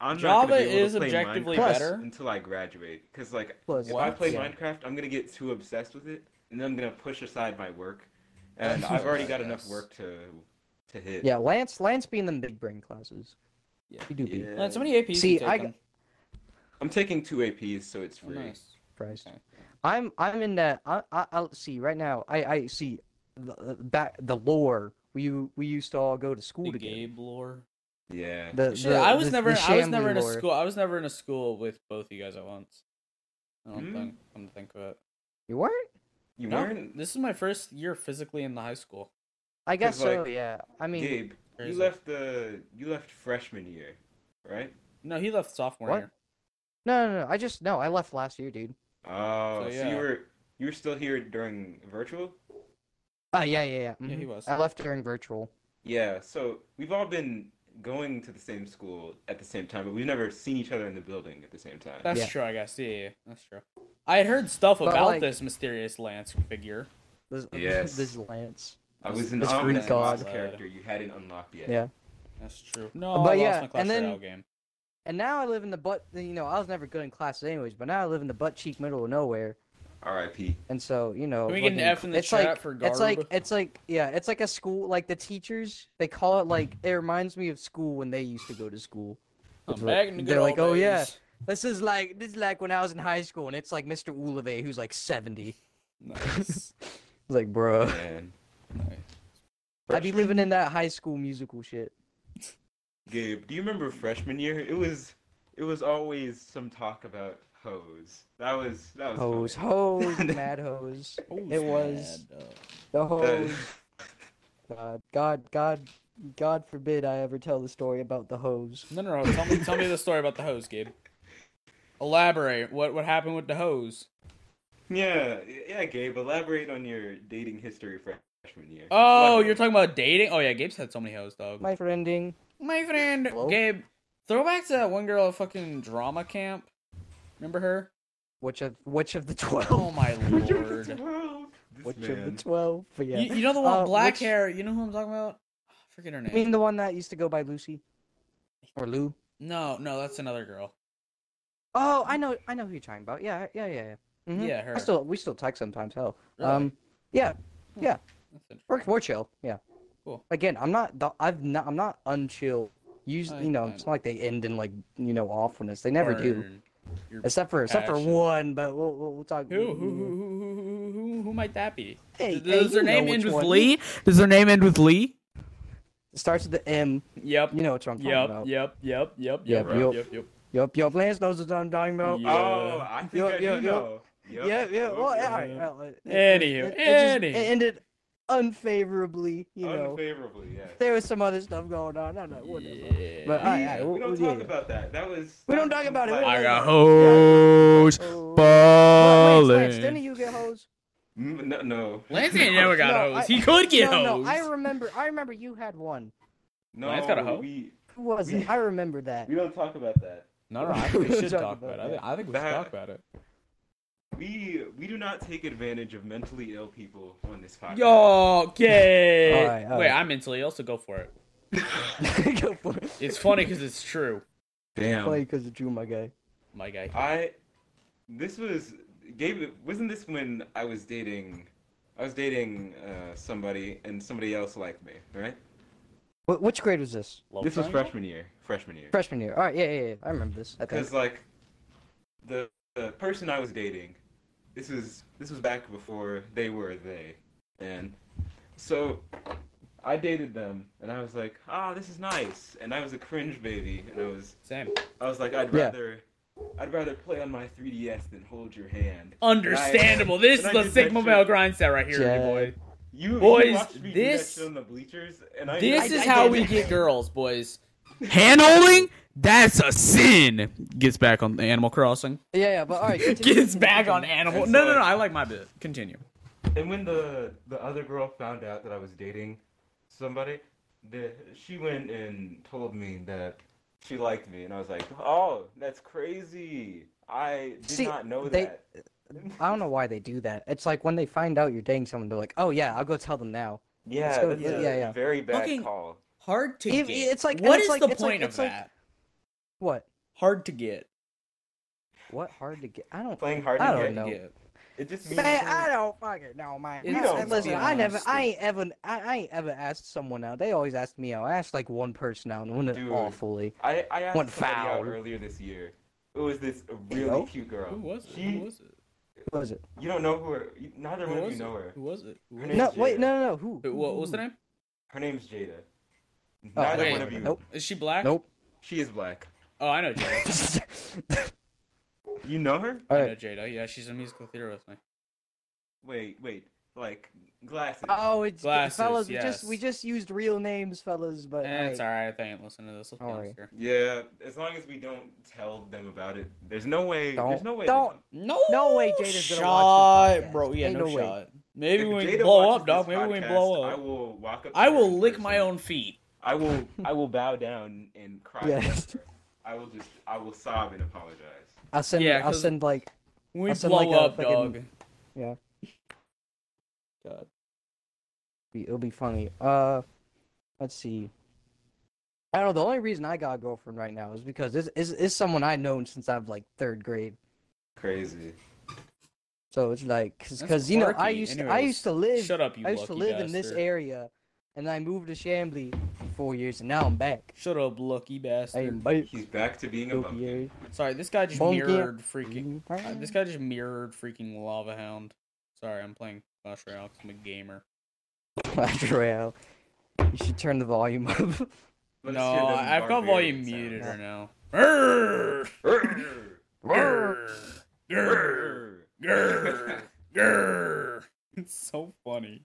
[SPEAKER 2] I'm not
[SPEAKER 1] Java
[SPEAKER 2] gonna be able
[SPEAKER 1] is
[SPEAKER 2] to play
[SPEAKER 1] objectively
[SPEAKER 2] Minecraft
[SPEAKER 1] better.
[SPEAKER 2] until I graduate. Because like,
[SPEAKER 3] Plus,
[SPEAKER 2] if I
[SPEAKER 1] What?
[SPEAKER 2] play
[SPEAKER 3] yeah.
[SPEAKER 2] Minecraft, I'm gonna get too obsessed with it, and then I'm gonna push aside my work, and I've already got enough
[SPEAKER 1] Yes.
[SPEAKER 2] work to to hit.
[SPEAKER 3] Yeah, Lance Lance being the big brain classes.
[SPEAKER 1] Yeah.
[SPEAKER 3] You do be
[SPEAKER 2] Yeah.
[SPEAKER 1] Lance, how many APs
[SPEAKER 3] See,
[SPEAKER 1] you
[SPEAKER 3] I
[SPEAKER 1] taken?
[SPEAKER 2] I'm taking two APs, so it's
[SPEAKER 1] Oh,
[SPEAKER 2] free.
[SPEAKER 1] nice.
[SPEAKER 3] surprised.
[SPEAKER 1] Okay.
[SPEAKER 3] I'm I'm in that. I I I'll see right now. I I see the, the back the lore. We u- we used to all go to
[SPEAKER 1] The
[SPEAKER 3] school together.
[SPEAKER 1] Gabe lore.
[SPEAKER 2] Yeah.
[SPEAKER 3] The,
[SPEAKER 1] Shit,
[SPEAKER 3] the-
[SPEAKER 1] I was
[SPEAKER 3] the-
[SPEAKER 1] never.
[SPEAKER 3] the
[SPEAKER 1] I was never
[SPEAKER 3] Shambly
[SPEAKER 1] in a
[SPEAKER 3] lore.
[SPEAKER 1] school. I was never in a school with both you guys at once. I don't
[SPEAKER 2] Hmm?
[SPEAKER 1] think. Come to think of it,
[SPEAKER 3] You weren't?
[SPEAKER 2] You
[SPEAKER 1] No,
[SPEAKER 2] weren't
[SPEAKER 1] This is my first year physically in the high school.
[SPEAKER 3] I guess
[SPEAKER 2] 'Cause,
[SPEAKER 3] so.
[SPEAKER 2] like,
[SPEAKER 3] Yeah. I mean,
[SPEAKER 2] Gabe. You
[SPEAKER 1] Crazy.
[SPEAKER 2] left the you left freshman year, right?
[SPEAKER 1] No, he left sophomore
[SPEAKER 3] What?
[SPEAKER 1] year.
[SPEAKER 3] no, no, no. I just no. I left last year, dude.
[SPEAKER 2] Oh, so,
[SPEAKER 1] So,
[SPEAKER 2] you
[SPEAKER 1] yeah.
[SPEAKER 2] were you were still here during virtual?
[SPEAKER 3] Oh yeah, yeah, yeah.
[SPEAKER 1] Yeah, he
[SPEAKER 3] mhm.
[SPEAKER 1] was.
[SPEAKER 3] I left during virtual.
[SPEAKER 2] Yeah. So we've all been going to the same school at the same time, but we've never seen each other in the building at the same time.
[SPEAKER 1] That's
[SPEAKER 3] Yeah.
[SPEAKER 1] true. I guess. Yeah, yeah, yeah, that's true. I had heard stuff
[SPEAKER 3] But,
[SPEAKER 1] about
[SPEAKER 3] like-
[SPEAKER 1] this mysterious Lance figure.
[SPEAKER 3] This,
[SPEAKER 2] Yes.
[SPEAKER 3] this Lance.
[SPEAKER 2] I was an
[SPEAKER 3] It's free
[SPEAKER 2] ominous
[SPEAKER 3] God.
[SPEAKER 2] god character you hadn't unlocked yet.
[SPEAKER 3] Yeah.
[SPEAKER 1] That's true. No,
[SPEAKER 3] But
[SPEAKER 1] I
[SPEAKER 3] yeah,
[SPEAKER 1] lost my Clash
[SPEAKER 3] and then-
[SPEAKER 1] Royale game.
[SPEAKER 3] And now I live in the butt. You know, I was never good in classes anyways. But now I live in the butt cheek middle of nowhere.
[SPEAKER 2] R.I.P.
[SPEAKER 3] And so, you know,
[SPEAKER 1] Can we get an
[SPEAKER 3] fucking-
[SPEAKER 1] F in the
[SPEAKER 3] it's
[SPEAKER 1] chat
[SPEAKER 3] like,
[SPEAKER 1] for
[SPEAKER 3] It's like
[SPEAKER 1] Garb?
[SPEAKER 3] it's like yeah, it's like a school like the teachers, they call it like it reminds me of school when they used to go to school.
[SPEAKER 1] I'm
[SPEAKER 3] It's
[SPEAKER 1] back in the good
[SPEAKER 3] they're like,
[SPEAKER 1] old
[SPEAKER 3] "Oh yeah,
[SPEAKER 1] days."
[SPEAKER 3] this is like this is like when I was in high school and it's like Mr. Ulave who's like 70."
[SPEAKER 1] Nice.
[SPEAKER 3] It's like, "Bro,
[SPEAKER 2] Man,
[SPEAKER 1] nice.
[SPEAKER 3] I'd be living in that high school musical shit."
[SPEAKER 2] Gabe, do you remember freshman year? It was it was always some talk about hoes. That was that was
[SPEAKER 3] Hose,
[SPEAKER 2] funny.
[SPEAKER 3] hose, mad hose. It was-
[SPEAKER 1] uh,
[SPEAKER 3] The hose.
[SPEAKER 2] That-
[SPEAKER 3] God, God, God, God forbid I ever tell the story about the hose.
[SPEAKER 1] No, no, no. Tell me, tell me the story about the hose, Gabe. Elaborate. What what happened with the hose?
[SPEAKER 2] Yeah, yeah, Gabe, elaborate on your dating history freshman year.
[SPEAKER 1] Oh,
[SPEAKER 2] Elaborate.
[SPEAKER 1] you're talking about dating? Oh yeah, Gabe's had so many hoes, dog. My,
[SPEAKER 3] My friending.
[SPEAKER 1] friend
[SPEAKER 3] Hello?
[SPEAKER 1] Gabe. Throw back to that one girl at fucking drama camp. Remember her?
[SPEAKER 3] Which of which of the 12?
[SPEAKER 1] Oh my
[SPEAKER 2] Which of the
[SPEAKER 1] lord.
[SPEAKER 2] 12? This
[SPEAKER 3] Which of the
[SPEAKER 2] man.
[SPEAKER 3] 12? But yeah.
[SPEAKER 1] you, you know the one
[SPEAKER 3] Uh,
[SPEAKER 1] with black
[SPEAKER 3] which-
[SPEAKER 1] hair. You know who I'm talking about? I forget her name.
[SPEAKER 3] You mean the one that used to go by Lucy? Or Lou?
[SPEAKER 1] no, no, that's another girl.
[SPEAKER 3] Oh, I know, I know who you're talking about. Yeah, yeah, yeah, yeah. Mhm.
[SPEAKER 1] Yeah, her.
[SPEAKER 3] I still, we still text sometimes. Hell,
[SPEAKER 1] Really?
[SPEAKER 3] um, yeah, yeah.
[SPEAKER 1] That's interesting.
[SPEAKER 3] We're, we're chill. Yeah.
[SPEAKER 1] Cool.
[SPEAKER 3] Again, I'm not. the- I've not. I'm not unchill.
[SPEAKER 1] I-
[SPEAKER 3] Usually, you know,
[SPEAKER 1] I
[SPEAKER 3] it's not like they end in like you know awfulness. They never do.
[SPEAKER 1] Burn. your
[SPEAKER 3] Except for except for
[SPEAKER 1] Passion.
[SPEAKER 3] one, but we'll we'll, we'll talk.
[SPEAKER 1] who, who, who, who, who, who, who, who might that be?
[SPEAKER 3] Hey,
[SPEAKER 1] Does,
[SPEAKER 3] hey,
[SPEAKER 1] their
[SPEAKER 3] you know
[SPEAKER 1] name
[SPEAKER 3] which
[SPEAKER 1] end with
[SPEAKER 3] one.
[SPEAKER 1] Lee? Does their name end with Lee?
[SPEAKER 3] It starts with the M.
[SPEAKER 1] Yep.
[SPEAKER 3] You know what I'm talking
[SPEAKER 1] Yep,
[SPEAKER 3] about.
[SPEAKER 1] yep, yep, yep, yep,
[SPEAKER 3] Yep,
[SPEAKER 1] yep,
[SPEAKER 3] yep.
[SPEAKER 1] yep, yep.
[SPEAKER 3] Yup, yup. Lance knows what I'm talking about.
[SPEAKER 1] Yeah.
[SPEAKER 2] Oh, I think
[SPEAKER 3] Yo,
[SPEAKER 2] I do
[SPEAKER 3] yo, yo.
[SPEAKER 2] know. Oh, Yep,
[SPEAKER 3] Yeah, yeah.
[SPEAKER 2] yep,
[SPEAKER 3] Well,
[SPEAKER 2] yep.
[SPEAKER 3] all right. Well, it,
[SPEAKER 1] Anywho,
[SPEAKER 3] it, it,
[SPEAKER 1] anywho.
[SPEAKER 3] just- it ended unfavorably. You know,
[SPEAKER 2] Unfavorably, yes.
[SPEAKER 3] there was some other stuff going on. I don't know. Whatever.
[SPEAKER 1] Yeah.
[SPEAKER 3] But all right, all right,
[SPEAKER 2] We
[SPEAKER 3] we'll-
[SPEAKER 2] don't
[SPEAKER 3] we'll
[SPEAKER 2] talk
[SPEAKER 3] get it.
[SPEAKER 2] about that. That was.
[SPEAKER 3] We
[SPEAKER 2] that
[SPEAKER 3] don't
[SPEAKER 2] was
[SPEAKER 3] talk about it.
[SPEAKER 2] like-
[SPEAKER 1] I got
[SPEAKER 3] hoes
[SPEAKER 1] hoes
[SPEAKER 3] Oh. Well, Lance, Lance, didn't
[SPEAKER 1] balling.
[SPEAKER 3] you get hoes?
[SPEAKER 2] Mm, No, no.
[SPEAKER 1] Lance ain't never got
[SPEAKER 3] No,
[SPEAKER 1] hoes.
[SPEAKER 3] I-
[SPEAKER 1] He could get
[SPEAKER 3] no,
[SPEAKER 1] hoes.
[SPEAKER 3] no. I remember. I remember you had one.
[SPEAKER 2] No,
[SPEAKER 1] Lance got a hoe?
[SPEAKER 2] We,
[SPEAKER 3] Who was it? I remember that.
[SPEAKER 2] we don't talk about that.
[SPEAKER 4] No,
[SPEAKER 3] no, I think we should talk about it.
[SPEAKER 4] I think we
[SPEAKER 2] That-
[SPEAKER 4] about it.
[SPEAKER 2] We we do not take advantage of mentally ill people on this podcast.
[SPEAKER 1] Yo, okay.
[SPEAKER 3] Alright, alright.
[SPEAKER 1] Wait, I'm mentally ill, so go for it.
[SPEAKER 3] Go for it.
[SPEAKER 1] It's funny because it's true,
[SPEAKER 2] Damn.
[SPEAKER 3] Play because of Drew, my guy.
[SPEAKER 1] my guy.
[SPEAKER 2] I this was Gabe wasn't this when I was dating I was dating uh, somebody and somebody else liked me, right?
[SPEAKER 3] Wh- which grade was this?
[SPEAKER 1] Love
[SPEAKER 2] this was
[SPEAKER 1] triangle?
[SPEAKER 2] freshman year. Freshman year.
[SPEAKER 3] Freshman year. All right. Yeah, yeah, yeah. I remember this. I think.
[SPEAKER 2] Because like the the person I was dating, this was this was back before they were they, and so I dated them and I was like, ah, this is nice, and I was a cringe baby, and I was
[SPEAKER 1] Same.
[SPEAKER 2] I was like, I'd
[SPEAKER 3] Yeah.
[SPEAKER 2] rather. I'd rather play on my 3DS than hold your hand.
[SPEAKER 1] Understandable. This is
[SPEAKER 2] Can I
[SPEAKER 1] the
[SPEAKER 2] do that
[SPEAKER 1] Sigma
[SPEAKER 2] shit?
[SPEAKER 1] male grind set right here, you
[SPEAKER 3] Yeah.
[SPEAKER 1] boy.
[SPEAKER 2] You
[SPEAKER 1] Boys,
[SPEAKER 2] you watched me
[SPEAKER 1] this-
[SPEAKER 2] do that shit on the bleachers, and I
[SPEAKER 1] This
[SPEAKER 2] I-
[SPEAKER 1] is
[SPEAKER 2] I
[SPEAKER 1] how
[SPEAKER 2] did
[SPEAKER 1] we
[SPEAKER 2] it.
[SPEAKER 1] get girls, boys. Hand holding? That's a sin. Gets back on Animal Crossing.
[SPEAKER 3] Yeah, yeah. But all right. continue,
[SPEAKER 1] Gets
[SPEAKER 3] continue,
[SPEAKER 1] back
[SPEAKER 3] continue.
[SPEAKER 1] on Animal.
[SPEAKER 2] It's
[SPEAKER 1] No, no,
[SPEAKER 2] like-
[SPEAKER 1] no. I like my bit. Continue.
[SPEAKER 2] And when the the other girl found out that I was dating somebody, the she went and told me that she liked me, and I was like, "Oh, that's crazy! I did
[SPEAKER 3] See,
[SPEAKER 2] not know
[SPEAKER 3] they-
[SPEAKER 2] that."
[SPEAKER 3] I don't know why they do that. It's like when they find out you're dating someone, they're like, "Oh yeah, I'll go tell them now."
[SPEAKER 2] yeah,
[SPEAKER 3] go-
[SPEAKER 2] that's
[SPEAKER 3] yeah,
[SPEAKER 2] a
[SPEAKER 3] yeah, yeah.
[SPEAKER 2] very bad
[SPEAKER 1] Fucking-
[SPEAKER 2] call.
[SPEAKER 1] Hard to
[SPEAKER 3] If-
[SPEAKER 1] get.
[SPEAKER 3] it's like- and
[SPEAKER 1] what
[SPEAKER 3] it's
[SPEAKER 1] is
[SPEAKER 3] like-
[SPEAKER 1] the
[SPEAKER 3] it's like-
[SPEAKER 1] point of
[SPEAKER 3] it's like-
[SPEAKER 1] that?
[SPEAKER 3] What?
[SPEAKER 1] Hard to get.
[SPEAKER 3] What? Hard to get? I don't.
[SPEAKER 2] Playing hard to
[SPEAKER 3] I
[SPEAKER 2] get.
[SPEAKER 3] don't know.
[SPEAKER 1] Yeah.
[SPEAKER 2] It just means
[SPEAKER 3] Man, I don't fucking know, man.
[SPEAKER 1] It's-
[SPEAKER 3] I-
[SPEAKER 2] No,
[SPEAKER 3] I-
[SPEAKER 2] it's
[SPEAKER 3] listen,
[SPEAKER 2] being
[SPEAKER 3] I never,
[SPEAKER 1] honest.
[SPEAKER 3] I ain't ever, I, I ain't ever asked someone out. They always asked me out. I asked like one person out, and it went
[SPEAKER 2] Dude.
[SPEAKER 3] awfully.
[SPEAKER 2] I I asked
[SPEAKER 3] Went
[SPEAKER 2] somebody out
[SPEAKER 3] foul.
[SPEAKER 2] earlier this year. It was this really
[SPEAKER 3] Hello?
[SPEAKER 2] cute girl.
[SPEAKER 1] Who was it?
[SPEAKER 2] She,
[SPEAKER 1] Who was it?
[SPEAKER 3] What was it?
[SPEAKER 2] You don't know who her. you- Neither
[SPEAKER 1] Who
[SPEAKER 2] one of
[SPEAKER 1] was
[SPEAKER 2] you
[SPEAKER 1] it?
[SPEAKER 2] know her.
[SPEAKER 1] Who was it? Who
[SPEAKER 2] Her
[SPEAKER 1] was
[SPEAKER 2] name's
[SPEAKER 1] it?
[SPEAKER 3] No, wait,
[SPEAKER 2] Jada.
[SPEAKER 3] no, no, no. Who?
[SPEAKER 1] Who- What what was the name?
[SPEAKER 2] Her name's Jada.
[SPEAKER 3] Oh,
[SPEAKER 2] Neither
[SPEAKER 1] wait.
[SPEAKER 2] one of you.
[SPEAKER 3] Nope.
[SPEAKER 1] Is she black?
[SPEAKER 3] Nope.
[SPEAKER 2] She is black.
[SPEAKER 1] Oh, I know Jada.
[SPEAKER 2] You know her?
[SPEAKER 3] All
[SPEAKER 1] I know
[SPEAKER 3] right.
[SPEAKER 1] Jada. Yeah, she's in musical theater with me.
[SPEAKER 2] Wait, wait. Like glasses.
[SPEAKER 3] Oh, it's
[SPEAKER 1] Glasses,
[SPEAKER 3] fellas. We just,
[SPEAKER 1] yes.
[SPEAKER 3] we just used real names, fellas. But
[SPEAKER 1] Eh, it's
[SPEAKER 3] alright.
[SPEAKER 1] alright if they ain't listening to this. Let's be
[SPEAKER 3] Don't
[SPEAKER 1] honest here.
[SPEAKER 2] yeah, as long as we don't tell them about it, there's no way. There's
[SPEAKER 3] Don't-
[SPEAKER 2] no way. they
[SPEAKER 3] don't.
[SPEAKER 2] know.
[SPEAKER 1] No,
[SPEAKER 3] No way Jada's gonna watch
[SPEAKER 1] shot,
[SPEAKER 3] this podcast.
[SPEAKER 1] bro. Yeah,
[SPEAKER 3] Ain't
[SPEAKER 1] no,
[SPEAKER 3] no way.
[SPEAKER 1] shot. Maybe
[SPEAKER 2] If
[SPEAKER 1] we
[SPEAKER 2] Jada
[SPEAKER 1] blow
[SPEAKER 2] watches
[SPEAKER 1] up, dog.
[SPEAKER 2] this
[SPEAKER 1] Maybe we
[SPEAKER 2] podcast,
[SPEAKER 1] blow
[SPEAKER 2] I
[SPEAKER 1] up.
[SPEAKER 2] will walk up. to
[SPEAKER 1] I
[SPEAKER 2] her
[SPEAKER 1] will
[SPEAKER 2] in
[SPEAKER 1] lick
[SPEAKER 2] person.
[SPEAKER 1] my own feet.
[SPEAKER 2] I will. I will bow down and cry.
[SPEAKER 3] Yes.
[SPEAKER 2] to her. I will just. I will sob and apologize.
[SPEAKER 3] I'll send,
[SPEAKER 1] Yeah,
[SPEAKER 3] I'll
[SPEAKER 1] 'cause-
[SPEAKER 3] send like,
[SPEAKER 1] When we
[SPEAKER 3] I'll send,
[SPEAKER 1] blow
[SPEAKER 3] like, a
[SPEAKER 1] up,
[SPEAKER 3] fucking-
[SPEAKER 1] dog.
[SPEAKER 3] yeah,
[SPEAKER 1] God.
[SPEAKER 3] be- it'll be funny. Uh, let's see. I don't know. The only reason I got a girlfriend right now is because this is is someone I've known since I've like third grade.
[SPEAKER 2] Crazy.
[SPEAKER 3] So it's like, cause,
[SPEAKER 1] That's
[SPEAKER 3] 'cause, you know, I
[SPEAKER 1] quirky.
[SPEAKER 3] used to, I
[SPEAKER 1] Anyways,
[SPEAKER 3] used to live,
[SPEAKER 1] Shut up, you
[SPEAKER 3] I used to
[SPEAKER 1] lucky
[SPEAKER 3] live in this
[SPEAKER 1] bastard.
[SPEAKER 3] area, and I moved to Chambly for four years, and now I'm back.
[SPEAKER 1] Shut up, lucky
[SPEAKER 3] I
[SPEAKER 1] bastard.
[SPEAKER 3] am back.
[SPEAKER 2] He's back to being a
[SPEAKER 3] Spooky
[SPEAKER 2] monkey.
[SPEAKER 3] area.
[SPEAKER 1] Sorry, this guy just
[SPEAKER 3] Monkey.
[SPEAKER 1] mirrored freaking. uh,
[SPEAKER 3] Mm.
[SPEAKER 1] this guy just mirrored freaking lava hound. Sorry, I'm playing Clash Royale. 'cause I'm a gamer.
[SPEAKER 3] Clash Royale. You should turn the volume up.
[SPEAKER 2] Let's
[SPEAKER 1] no,
[SPEAKER 2] hear them
[SPEAKER 1] I- I've got
[SPEAKER 2] barbarian
[SPEAKER 1] volume muted
[SPEAKER 3] sounds.
[SPEAKER 1] right now. Grrr,
[SPEAKER 2] sounds.
[SPEAKER 1] grrr, grrr,
[SPEAKER 2] Grr.
[SPEAKER 1] grrr, grrr. It's so funny.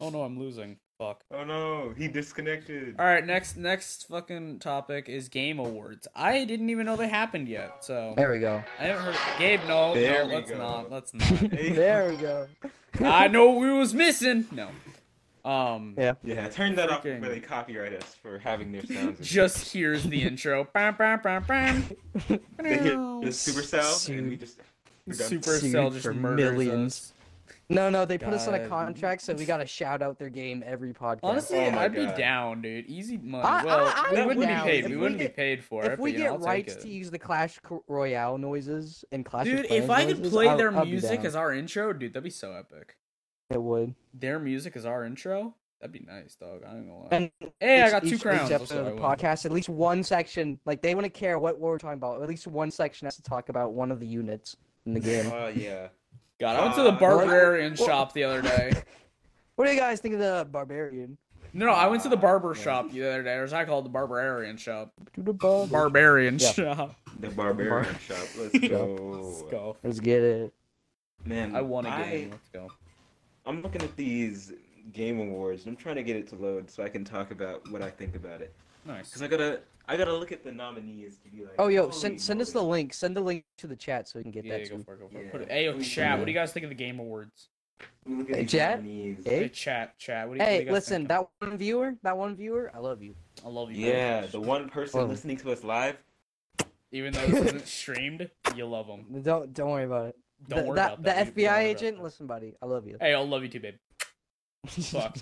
[SPEAKER 1] Oh no, I'm losing. Fuck.
[SPEAKER 2] Oh no, he disconnected.
[SPEAKER 1] All right, next next fucking topic is game awards. I didn't even know they happened yet, so
[SPEAKER 3] There we go.
[SPEAKER 1] I haven't heard. Gabe, no,
[SPEAKER 2] There
[SPEAKER 1] no,
[SPEAKER 2] we
[SPEAKER 1] let's
[SPEAKER 2] go.
[SPEAKER 1] not, let's not.
[SPEAKER 2] Hey.
[SPEAKER 3] There we go.
[SPEAKER 1] I know we was missing. No, um,
[SPEAKER 3] Yeah.
[SPEAKER 2] Yeah, turn that off
[SPEAKER 1] Freaking-
[SPEAKER 2] before they copyright us for having their sounds. in.
[SPEAKER 1] just here's the intro. Bam, bam, bam, bam.
[SPEAKER 2] they hit the supercell and we
[SPEAKER 3] Sued.
[SPEAKER 2] just we're done.
[SPEAKER 1] Supercell just
[SPEAKER 3] for
[SPEAKER 1] murders
[SPEAKER 3] millions.
[SPEAKER 1] us.
[SPEAKER 3] No, no, they put us on a
[SPEAKER 1] God.
[SPEAKER 3] contract, so we gotta shout out their game every podcast.
[SPEAKER 1] Honestly,
[SPEAKER 2] Oh my
[SPEAKER 1] I'd be
[SPEAKER 2] God.
[SPEAKER 1] down, dude. Easy money.
[SPEAKER 3] I- I-
[SPEAKER 1] well,
[SPEAKER 3] I
[SPEAKER 1] we
[SPEAKER 3] would
[SPEAKER 1] wouldn't
[SPEAKER 3] now.
[SPEAKER 1] be paid.
[SPEAKER 3] If
[SPEAKER 1] we
[SPEAKER 3] we
[SPEAKER 1] wouldn't be
[SPEAKER 3] get-
[SPEAKER 1] paid for it.
[SPEAKER 3] if we
[SPEAKER 1] but, you know,
[SPEAKER 3] get
[SPEAKER 1] I'll take
[SPEAKER 3] rights
[SPEAKER 1] it.
[SPEAKER 3] to use the Clash Co- Royale noises and Clash of
[SPEAKER 1] dude,
[SPEAKER 3] Clans
[SPEAKER 1] if I could
[SPEAKER 3] noises,
[SPEAKER 1] play
[SPEAKER 3] I'll-
[SPEAKER 1] their
[SPEAKER 3] I'll be
[SPEAKER 1] music
[SPEAKER 3] down.
[SPEAKER 1] as our intro, dude, that'd be so epic.
[SPEAKER 3] it would.
[SPEAKER 1] Their music as our intro. That'd be nice, dog. I ain't gonna lie.
[SPEAKER 3] And
[SPEAKER 1] Hey, I
[SPEAKER 3] each-
[SPEAKER 1] got
[SPEAKER 3] each-
[SPEAKER 1] two
[SPEAKER 3] each
[SPEAKER 1] crowns. That's
[SPEAKER 3] episode
[SPEAKER 1] what
[SPEAKER 3] of
[SPEAKER 1] I
[SPEAKER 3] the
[SPEAKER 1] won.
[SPEAKER 3] podcast, at least one section, like they wouldn't care what we're talking about. At least one section has to talk about one of the units in the game.
[SPEAKER 2] Oh yeah.
[SPEAKER 1] God, I went to the
[SPEAKER 2] Uh,
[SPEAKER 1] barbarian
[SPEAKER 3] what-
[SPEAKER 1] shop the other day.
[SPEAKER 3] what do you guys think of the barbarian?
[SPEAKER 1] No, no, I went to the
[SPEAKER 2] Uh,
[SPEAKER 1] barber
[SPEAKER 2] yeah.
[SPEAKER 1] shop the other day, or as I call it, the barbarian shop.
[SPEAKER 3] To the bar.
[SPEAKER 1] Barbarian
[SPEAKER 3] Yeah.
[SPEAKER 1] shop.
[SPEAKER 2] The barbarian
[SPEAKER 3] Bar-
[SPEAKER 2] shop. Let's
[SPEAKER 4] Let's
[SPEAKER 2] go.
[SPEAKER 4] go.
[SPEAKER 3] Let's get it.
[SPEAKER 2] Man,
[SPEAKER 1] I want to get
[SPEAKER 2] Oh, I,
[SPEAKER 1] in. Let's go.
[SPEAKER 2] I'm looking at these game awards and I'm trying to get it to load so I can talk about what I think about it. Cause
[SPEAKER 1] Nice.
[SPEAKER 2] I gotta, I gotta look at the nominees to be like.
[SPEAKER 3] Oh, yo,
[SPEAKER 2] holy
[SPEAKER 3] send send us the
[SPEAKER 2] moly.
[SPEAKER 3] link. Send the link to the chat so we can get
[SPEAKER 1] Yeah,
[SPEAKER 3] that.
[SPEAKER 1] go
[SPEAKER 3] Too.
[SPEAKER 1] for it. Go for it.
[SPEAKER 2] Yeah.
[SPEAKER 1] Put it. Hey, yo,
[SPEAKER 2] We
[SPEAKER 1] chat.
[SPEAKER 2] can-
[SPEAKER 1] What do you guys think of the Game Awards?
[SPEAKER 2] Let me Look at
[SPEAKER 3] Hey,
[SPEAKER 2] these
[SPEAKER 3] Jet?
[SPEAKER 2] nominees.
[SPEAKER 3] Hey?
[SPEAKER 1] Hey, chat, chat. What do you, what do you
[SPEAKER 3] Hey,
[SPEAKER 1] guys
[SPEAKER 3] listen,
[SPEAKER 1] think?
[SPEAKER 3] that one viewer, that one viewer, I love you.
[SPEAKER 1] I love you.
[SPEAKER 2] Yeah,
[SPEAKER 1] man.
[SPEAKER 2] the one person
[SPEAKER 3] Oh.
[SPEAKER 2] listening to us live.
[SPEAKER 1] Even though this isn't streamed, you love them.
[SPEAKER 3] Don't don't worry about it.
[SPEAKER 1] Don't
[SPEAKER 3] the,
[SPEAKER 1] worry
[SPEAKER 3] that,
[SPEAKER 1] about that.
[SPEAKER 3] The
[SPEAKER 1] dude. Don't
[SPEAKER 3] FBI
[SPEAKER 1] worry about
[SPEAKER 3] agent,
[SPEAKER 1] that.
[SPEAKER 3] listen, buddy, I love you.
[SPEAKER 1] Hey, I'll love you too, babe. Fuck.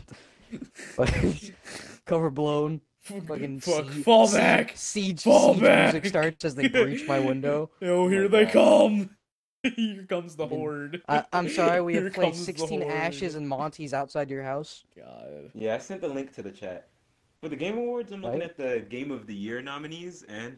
[SPEAKER 3] Cover blown.
[SPEAKER 1] Fucking
[SPEAKER 3] Fucking
[SPEAKER 1] fuck.
[SPEAKER 3] sie-
[SPEAKER 1] Fall
[SPEAKER 3] sie-
[SPEAKER 1] back.
[SPEAKER 3] Siege,
[SPEAKER 1] Fall
[SPEAKER 3] siege music
[SPEAKER 1] back.
[SPEAKER 3] starts as they breach my window.
[SPEAKER 1] Oh, here
[SPEAKER 2] my
[SPEAKER 1] they
[SPEAKER 2] God.
[SPEAKER 1] come. here comes the
[SPEAKER 3] I mean,
[SPEAKER 1] horde.
[SPEAKER 3] I, I'm sorry, we
[SPEAKER 1] Here
[SPEAKER 3] have played
[SPEAKER 1] comes the
[SPEAKER 3] 16
[SPEAKER 1] horde.
[SPEAKER 3] Ashes and Monty's outside your house.
[SPEAKER 1] God.
[SPEAKER 2] Yeah, I sent the link to the chat. For the Game Awards, I'm looking
[SPEAKER 3] Right.
[SPEAKER 2] at the Game of the Year nominees, and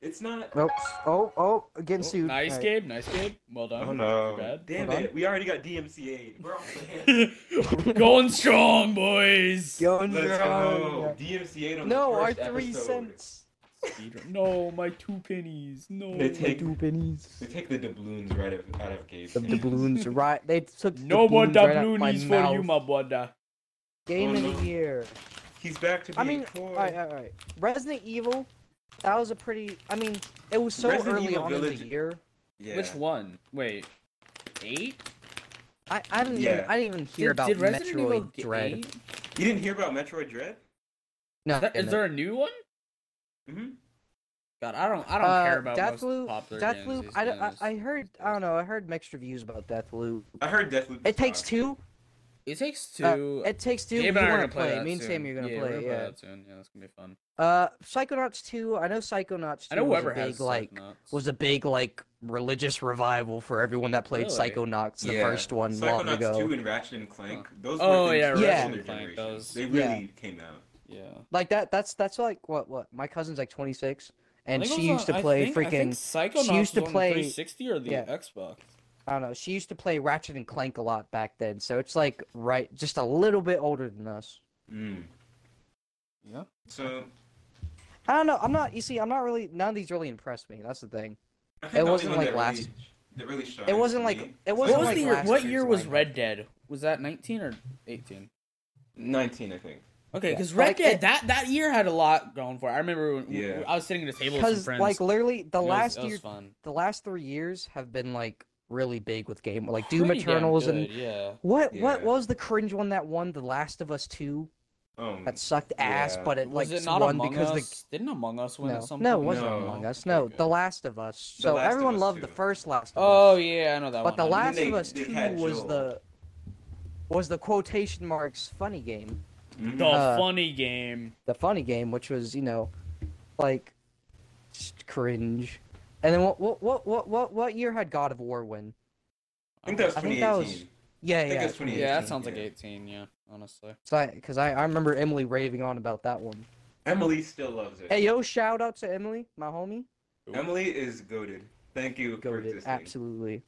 [SPEAKER 2] it's not.
[SPEAKER 3] Nope. Oh, oh, getting sued.
[SPEAKER 1] Nice,
[SPEAKER 3] Alright.
[SPEAKER 1] Gabe. Nice, Gabe. Well done.
[SPEAKER 2] Oh no!
[SPEAKER 1] Not too
[SPEAKER 2] Damn
[SPEAKER 3] Hold
[SPEAKER 2] it! We already got DMCA. We're off the hand.
[SPEAKER 1] bad. We're going strong, boys.
[SPEAKER 3] Yo,
[SPEAKER 2] Let's go.
[SPEAKER 3] no.
[SPEAKER 2] DMCA on
[SPEAKER 3] No,
[SPEAKER 2] the
[SPEAKER 3] our
[SPEAKER 2] first
[SPEAKER 3] three
[SPEAKER 2] episode.
[SPEAKER 3] cents.
[SPEAKER 1] Speedrun. No, my two pennies. No.
[SPEAKER 2] They take
[SPEAKER 3] Two pennies.
[SPEAKER 2] They take the doubloons right out of, out of Gabe's
[SPEAKER 3] The
[SPEAKER 2] hands.
[SPEAKER 3] doubloons, right? They took
[SPEAKER 1] no more
[SPEAKER 3] doubloons right out my
[SPEAKER 1] doubloonies for you,
[SPEAKER 3] mouth.
[SPEAKER 1] my brother.
[SPEAKER 3] Game
[SPEAKER 2] Oh,
[SPEAKER 3] of
[SPEAKER 2] no.
[SPEAKER 3] the year.
[SPEAKER 2] He's back to being
[SPEAKER 3] I mean,
[SPEAKER 2] coy.
[SPEAKER 3] alright, alright, alright. Resident Evil, that was a pretty. I mean, it was so
[SPEAKER 2] Resident
[SPEAKER 3] early
[SPEAKER 2] Evil
[SPEAKER 3] on in
[SPEAKER 2] Village-
[SPEAKER 3] the year.
[SPEAKER 2] yeah.
[SPEAKER 1] Which one? Wait. Eight?
[SPEAKER 3] I, I didn't even
[SPEAKER 2] Yeah.
[SPEAKER 3] I didn't even hear
[SPEAKER 1] Did-
[SPEAKER 3] about
[SPEAKER 1] did Resident Evil
[SPEAKER 3] Metroid
[SPEAKER 1] get
[SPEAKER 3] Dread.
[SPEAKER 1] eight?
[SPEAKER 2] You didn't hear about Metroid Dread?
[SPEAKER 3] No,
[SPEAKER 1] Is, that, is
[SPEAKER 3] no.
[SPEAKER 1] there a new one?
[SPEAKER 2] Mm-hmm.
[SPEAKER 1] God, I don't. I don't
[SPEAKER 3] uh,
[SPEAKER 1] care about most
[SPEAKER 3] Deathloop.
[SPEAKER 1] popular games
[SPEAKER 3] Deathloop.
[SPEAKER 1] these
[SPEAKER 3] I, don't- I
[SPEAKER 1] days.
[SPEAKER 3] I heard I don't know. I heard mixed reviews about Deathloop.
[SPEAKER 2] I heard Deathloop.
[SPEAKER 3] It takes two.
[SPEAKER 1] It takes two.
[SPEAKER 3] uh, it takes two.
[SPEAKER 1] Gabe and
[SPEAKER 3] you
[SPEAKER 1] I are
[SPEAKER 3] want
[SPEAKER 1] gonna
[SPEAKER 3] to play?
[SPEAKER 1] that
[SPEAKER 3] Me and
[SPEAKER 1] soon.
[SPEAKER 3] Sam, you're gonna
[SPEAKER 1] yeah,
[SPEAKER 3] play.
[SPEAKER 1] We're
[SPEAKER 3] it,
[SPEAKER 1] gonna
[SPEAKER 3] yeah.
[SPEAKER 1] Play that soon. Yeah, that's gonna be fun.
[SPEAKER 3] Uh, Psychonauts two. I know Psychonauts. 2
[SPEAKER 1] I know
[SPEAKER 3] was a
[SPEAKER 1] whoever has
[SPEAKER 3] big, like
[SPEAKER 1] Psychonauts.
[SPEAKER 3] was a big like religious revival for everyone that played
[SPEAKER 1] Really?
[SPEAKER 3] Psychonauts the
[SPEAKER 2] Yeah.
[SPEAKER 3] first one long
[SPEAKER 2] Psychonauts
[SPEAKER 3] ago.
[SPEAKER 2] 2 and Ratchet and Clank. Those
[SPEAKER 1] Oh,
[SPEAKER 2] were things
[SPEAKER 1] yeah,
[SPEAKER 2] that were
[SPEAKER 3] Ratchet
[SPEAKER 2] in
[SPEAKER 1] and
[SPEAKER 2] their
[SPEAKER 1] Clank,
[SPEAKER 2] generation.
[SPEAKER 1] those-
[SPEAKER 2] They
[SPEAKER 3] Yeah.
[SPEAKER 2] really came out.
[SPEAKER 1] Yeah.
[SPEAKER 3] Like that. That's that's like what what my cousin's like 26, and
[SPEAKER 1] I think
[SPEAKER 3] she
[SPEAKER 1] it was
[SPEAKER 3] used
[SPEAKER 1] on-
[SPEAKER 3] to
[SPEAKER 1] I
[SPEAKER 3] play
[SPEAKER 1] think- I think
[SPEAKER 3] freaking.
[SPEAKER 1] Psychonauts
[SPEAKER 3] she used to
[SPEAKER 1] was on the
[SPEAKER 3] play-
[SPEAKER 1] 360 or the
[SPEAKER 3] yeah.
[SPEAKER 1] Xbox.
[SPEAKER 3] I don't know. She used to play Ratchet and Clank a lot back then, so it's like right, just a little bit older than us.
[SPEAKER 2] Mm.
[SPEAKER 1] Yeah.
[SPEAKER 2] So
[SPEAKER 3] I don't know. I'm not. You see, I'm not really. None of these really impressed me. That's the thing.
[SPEAKER 2] I
[SPEAKER 3] It
[SPEAKER 2] think the
[SPEAKER 3] wasn't
[SPEAKER 2] only one
[SPEAKER 3] like
[SPEAKER 2] that really- that really shines
[SPEAKER 3] It wasn't
[SPEAKER 2] to
[SPEAKER 3] like-
[SPEAKER 2] me-
[SPEAKER 3] it
[SPEAKER 2] What
[SPEAKER 1] What
[SPEAKER 3] wasn't
[SPEAKER 1] was
[SPEAKER 3] like
[SPEAKER 1] the year?
[SPEAKER 3] last
[SPEAKER 1] What
[SPEAKER 3] year's
[SPEAKER 1] year was
[SPEAKER 3] lineup.
[SPEAKER 1] Red Dead? Was that 19 or 18?
[SPEAKER 2] 19, I think.
[SPEAKER 1] Okay,
[SPEAKER 3] Yeah.
[SPEAKER 1] because Red
[SPEAKER 3] Like,
[SPEAKER 1] Dead
[SPEAKER 3] it-
[SPEAKER 1] that that year had a lot going for it. I remember when
[SPEAKER 2] Yeah.
[SPEAKER 1] I was sitting at a table with some
[SPEAKER 3] Because
[SPEAKER 1] friends.
[SPEAKER 3] like literally, the
[SPEAKER 1] and it was-
[SPEAKER 3] last
[SPEAKER 1] it was
[SPEAKER 3] year,
[SPEAKER 1] fun.
[SPEAKER 3] the last three years have been like really big with game, like Doom
[SPEAKER 1] Pretty damn
[SPEAKER 3] Eternals and
[SPEAKER 1] good, yeah.
[SPEAKER 3] what what
[SPEAKER 2] Yeah.
[SPEAKER 3] was the cringe one that won The Last of Us two
[SPEAKER 2] Um,
[SPEAKER 3] that sucked ass,
[SPEAKER 2] Yeah.
[SPEAKER 3] but it like
[SPEAKER 1] was it not
[SPEAKER 3] won
[SPEAKER 1] Among
[SPEAKER 3] because the
[SPEAKER 1] Us? Didn't Among Us win
[SPEAKER 3] no,
[SPEAKER 1] at some
[SPEAKER 3] no, it
[SPEAKER 1] point?
[SPEAKER 3] wasn't
[SPEAKER 2] No.
[SPEAKER 3] Among Us.
[SPEAKER 1] Okay,
[SPEAKER 3] No,
[SPEAKER 1] good.
[SPEAKER 3] The Last of Us.
[SPEAKER 2] The
[SPEAKER 3] So
[SPEAKER 2] Last of
[SPEAKER 3] everyone
[SPEAKER 2] Us
[SPEAKER 3] loved the
[SPEAKER 2] 2.
[SPEAKER 3] first Last of Us.
[SPEAKER 1] Oh yeah, I know that
[SPEAKER 3] But The
[SPEAKER 1] one. I
[SPEAKER 3] Last
[SPEAKER 1] mean,
[SPEAKER 2] they-
[SPEAKER 3] of Us
[SPEAKER 2] they
[SPEAKER 3] Two
[SPEAKER 2] had
[SPEAKER 3] was
[SPEAKER 2] Joel.
[SPEAKER 3] the was the quotation marks funny game,
[SPEAKER 2] mhm.
[SPEAKER 1] the
[SPEAKER 3] uh,
[SPEAKER 1] funny game.
[SPEAKER 3] the funny game, which was you know, like, just cringe. And then what what what what what what year had God of War win?
[SPEAKER 2] I think that was
[SPEAKER 3] I
[SPEAKER 2] 2018.
[SPEAKER 3] think that was- Yeah,
[SPEAKER 2] I think
[SPEAKER 3] yeah.
[SPEAKER 2] it's 20
[SPEAKER 1] yeah, that
[SPEAKER 2] 18,
[SPEAKER 1] sounds like
[SPEAKER 2] yeah.
[SPEAKER 1] 18. Yeah, honestly.
[SPEAKER 3] Because I, I remember Emily raving on about that one.
[SPEAKER 2] Emily still loves it.
[SPEAKER 3] Hey yo, shout out to Emily, my homie.
[SPEAKER 2] Emily is goaded. Thank you for
[SPEAKER 3] Goated,
[SPEAKER 2] existing.
[SPEAKER 3] absolutely.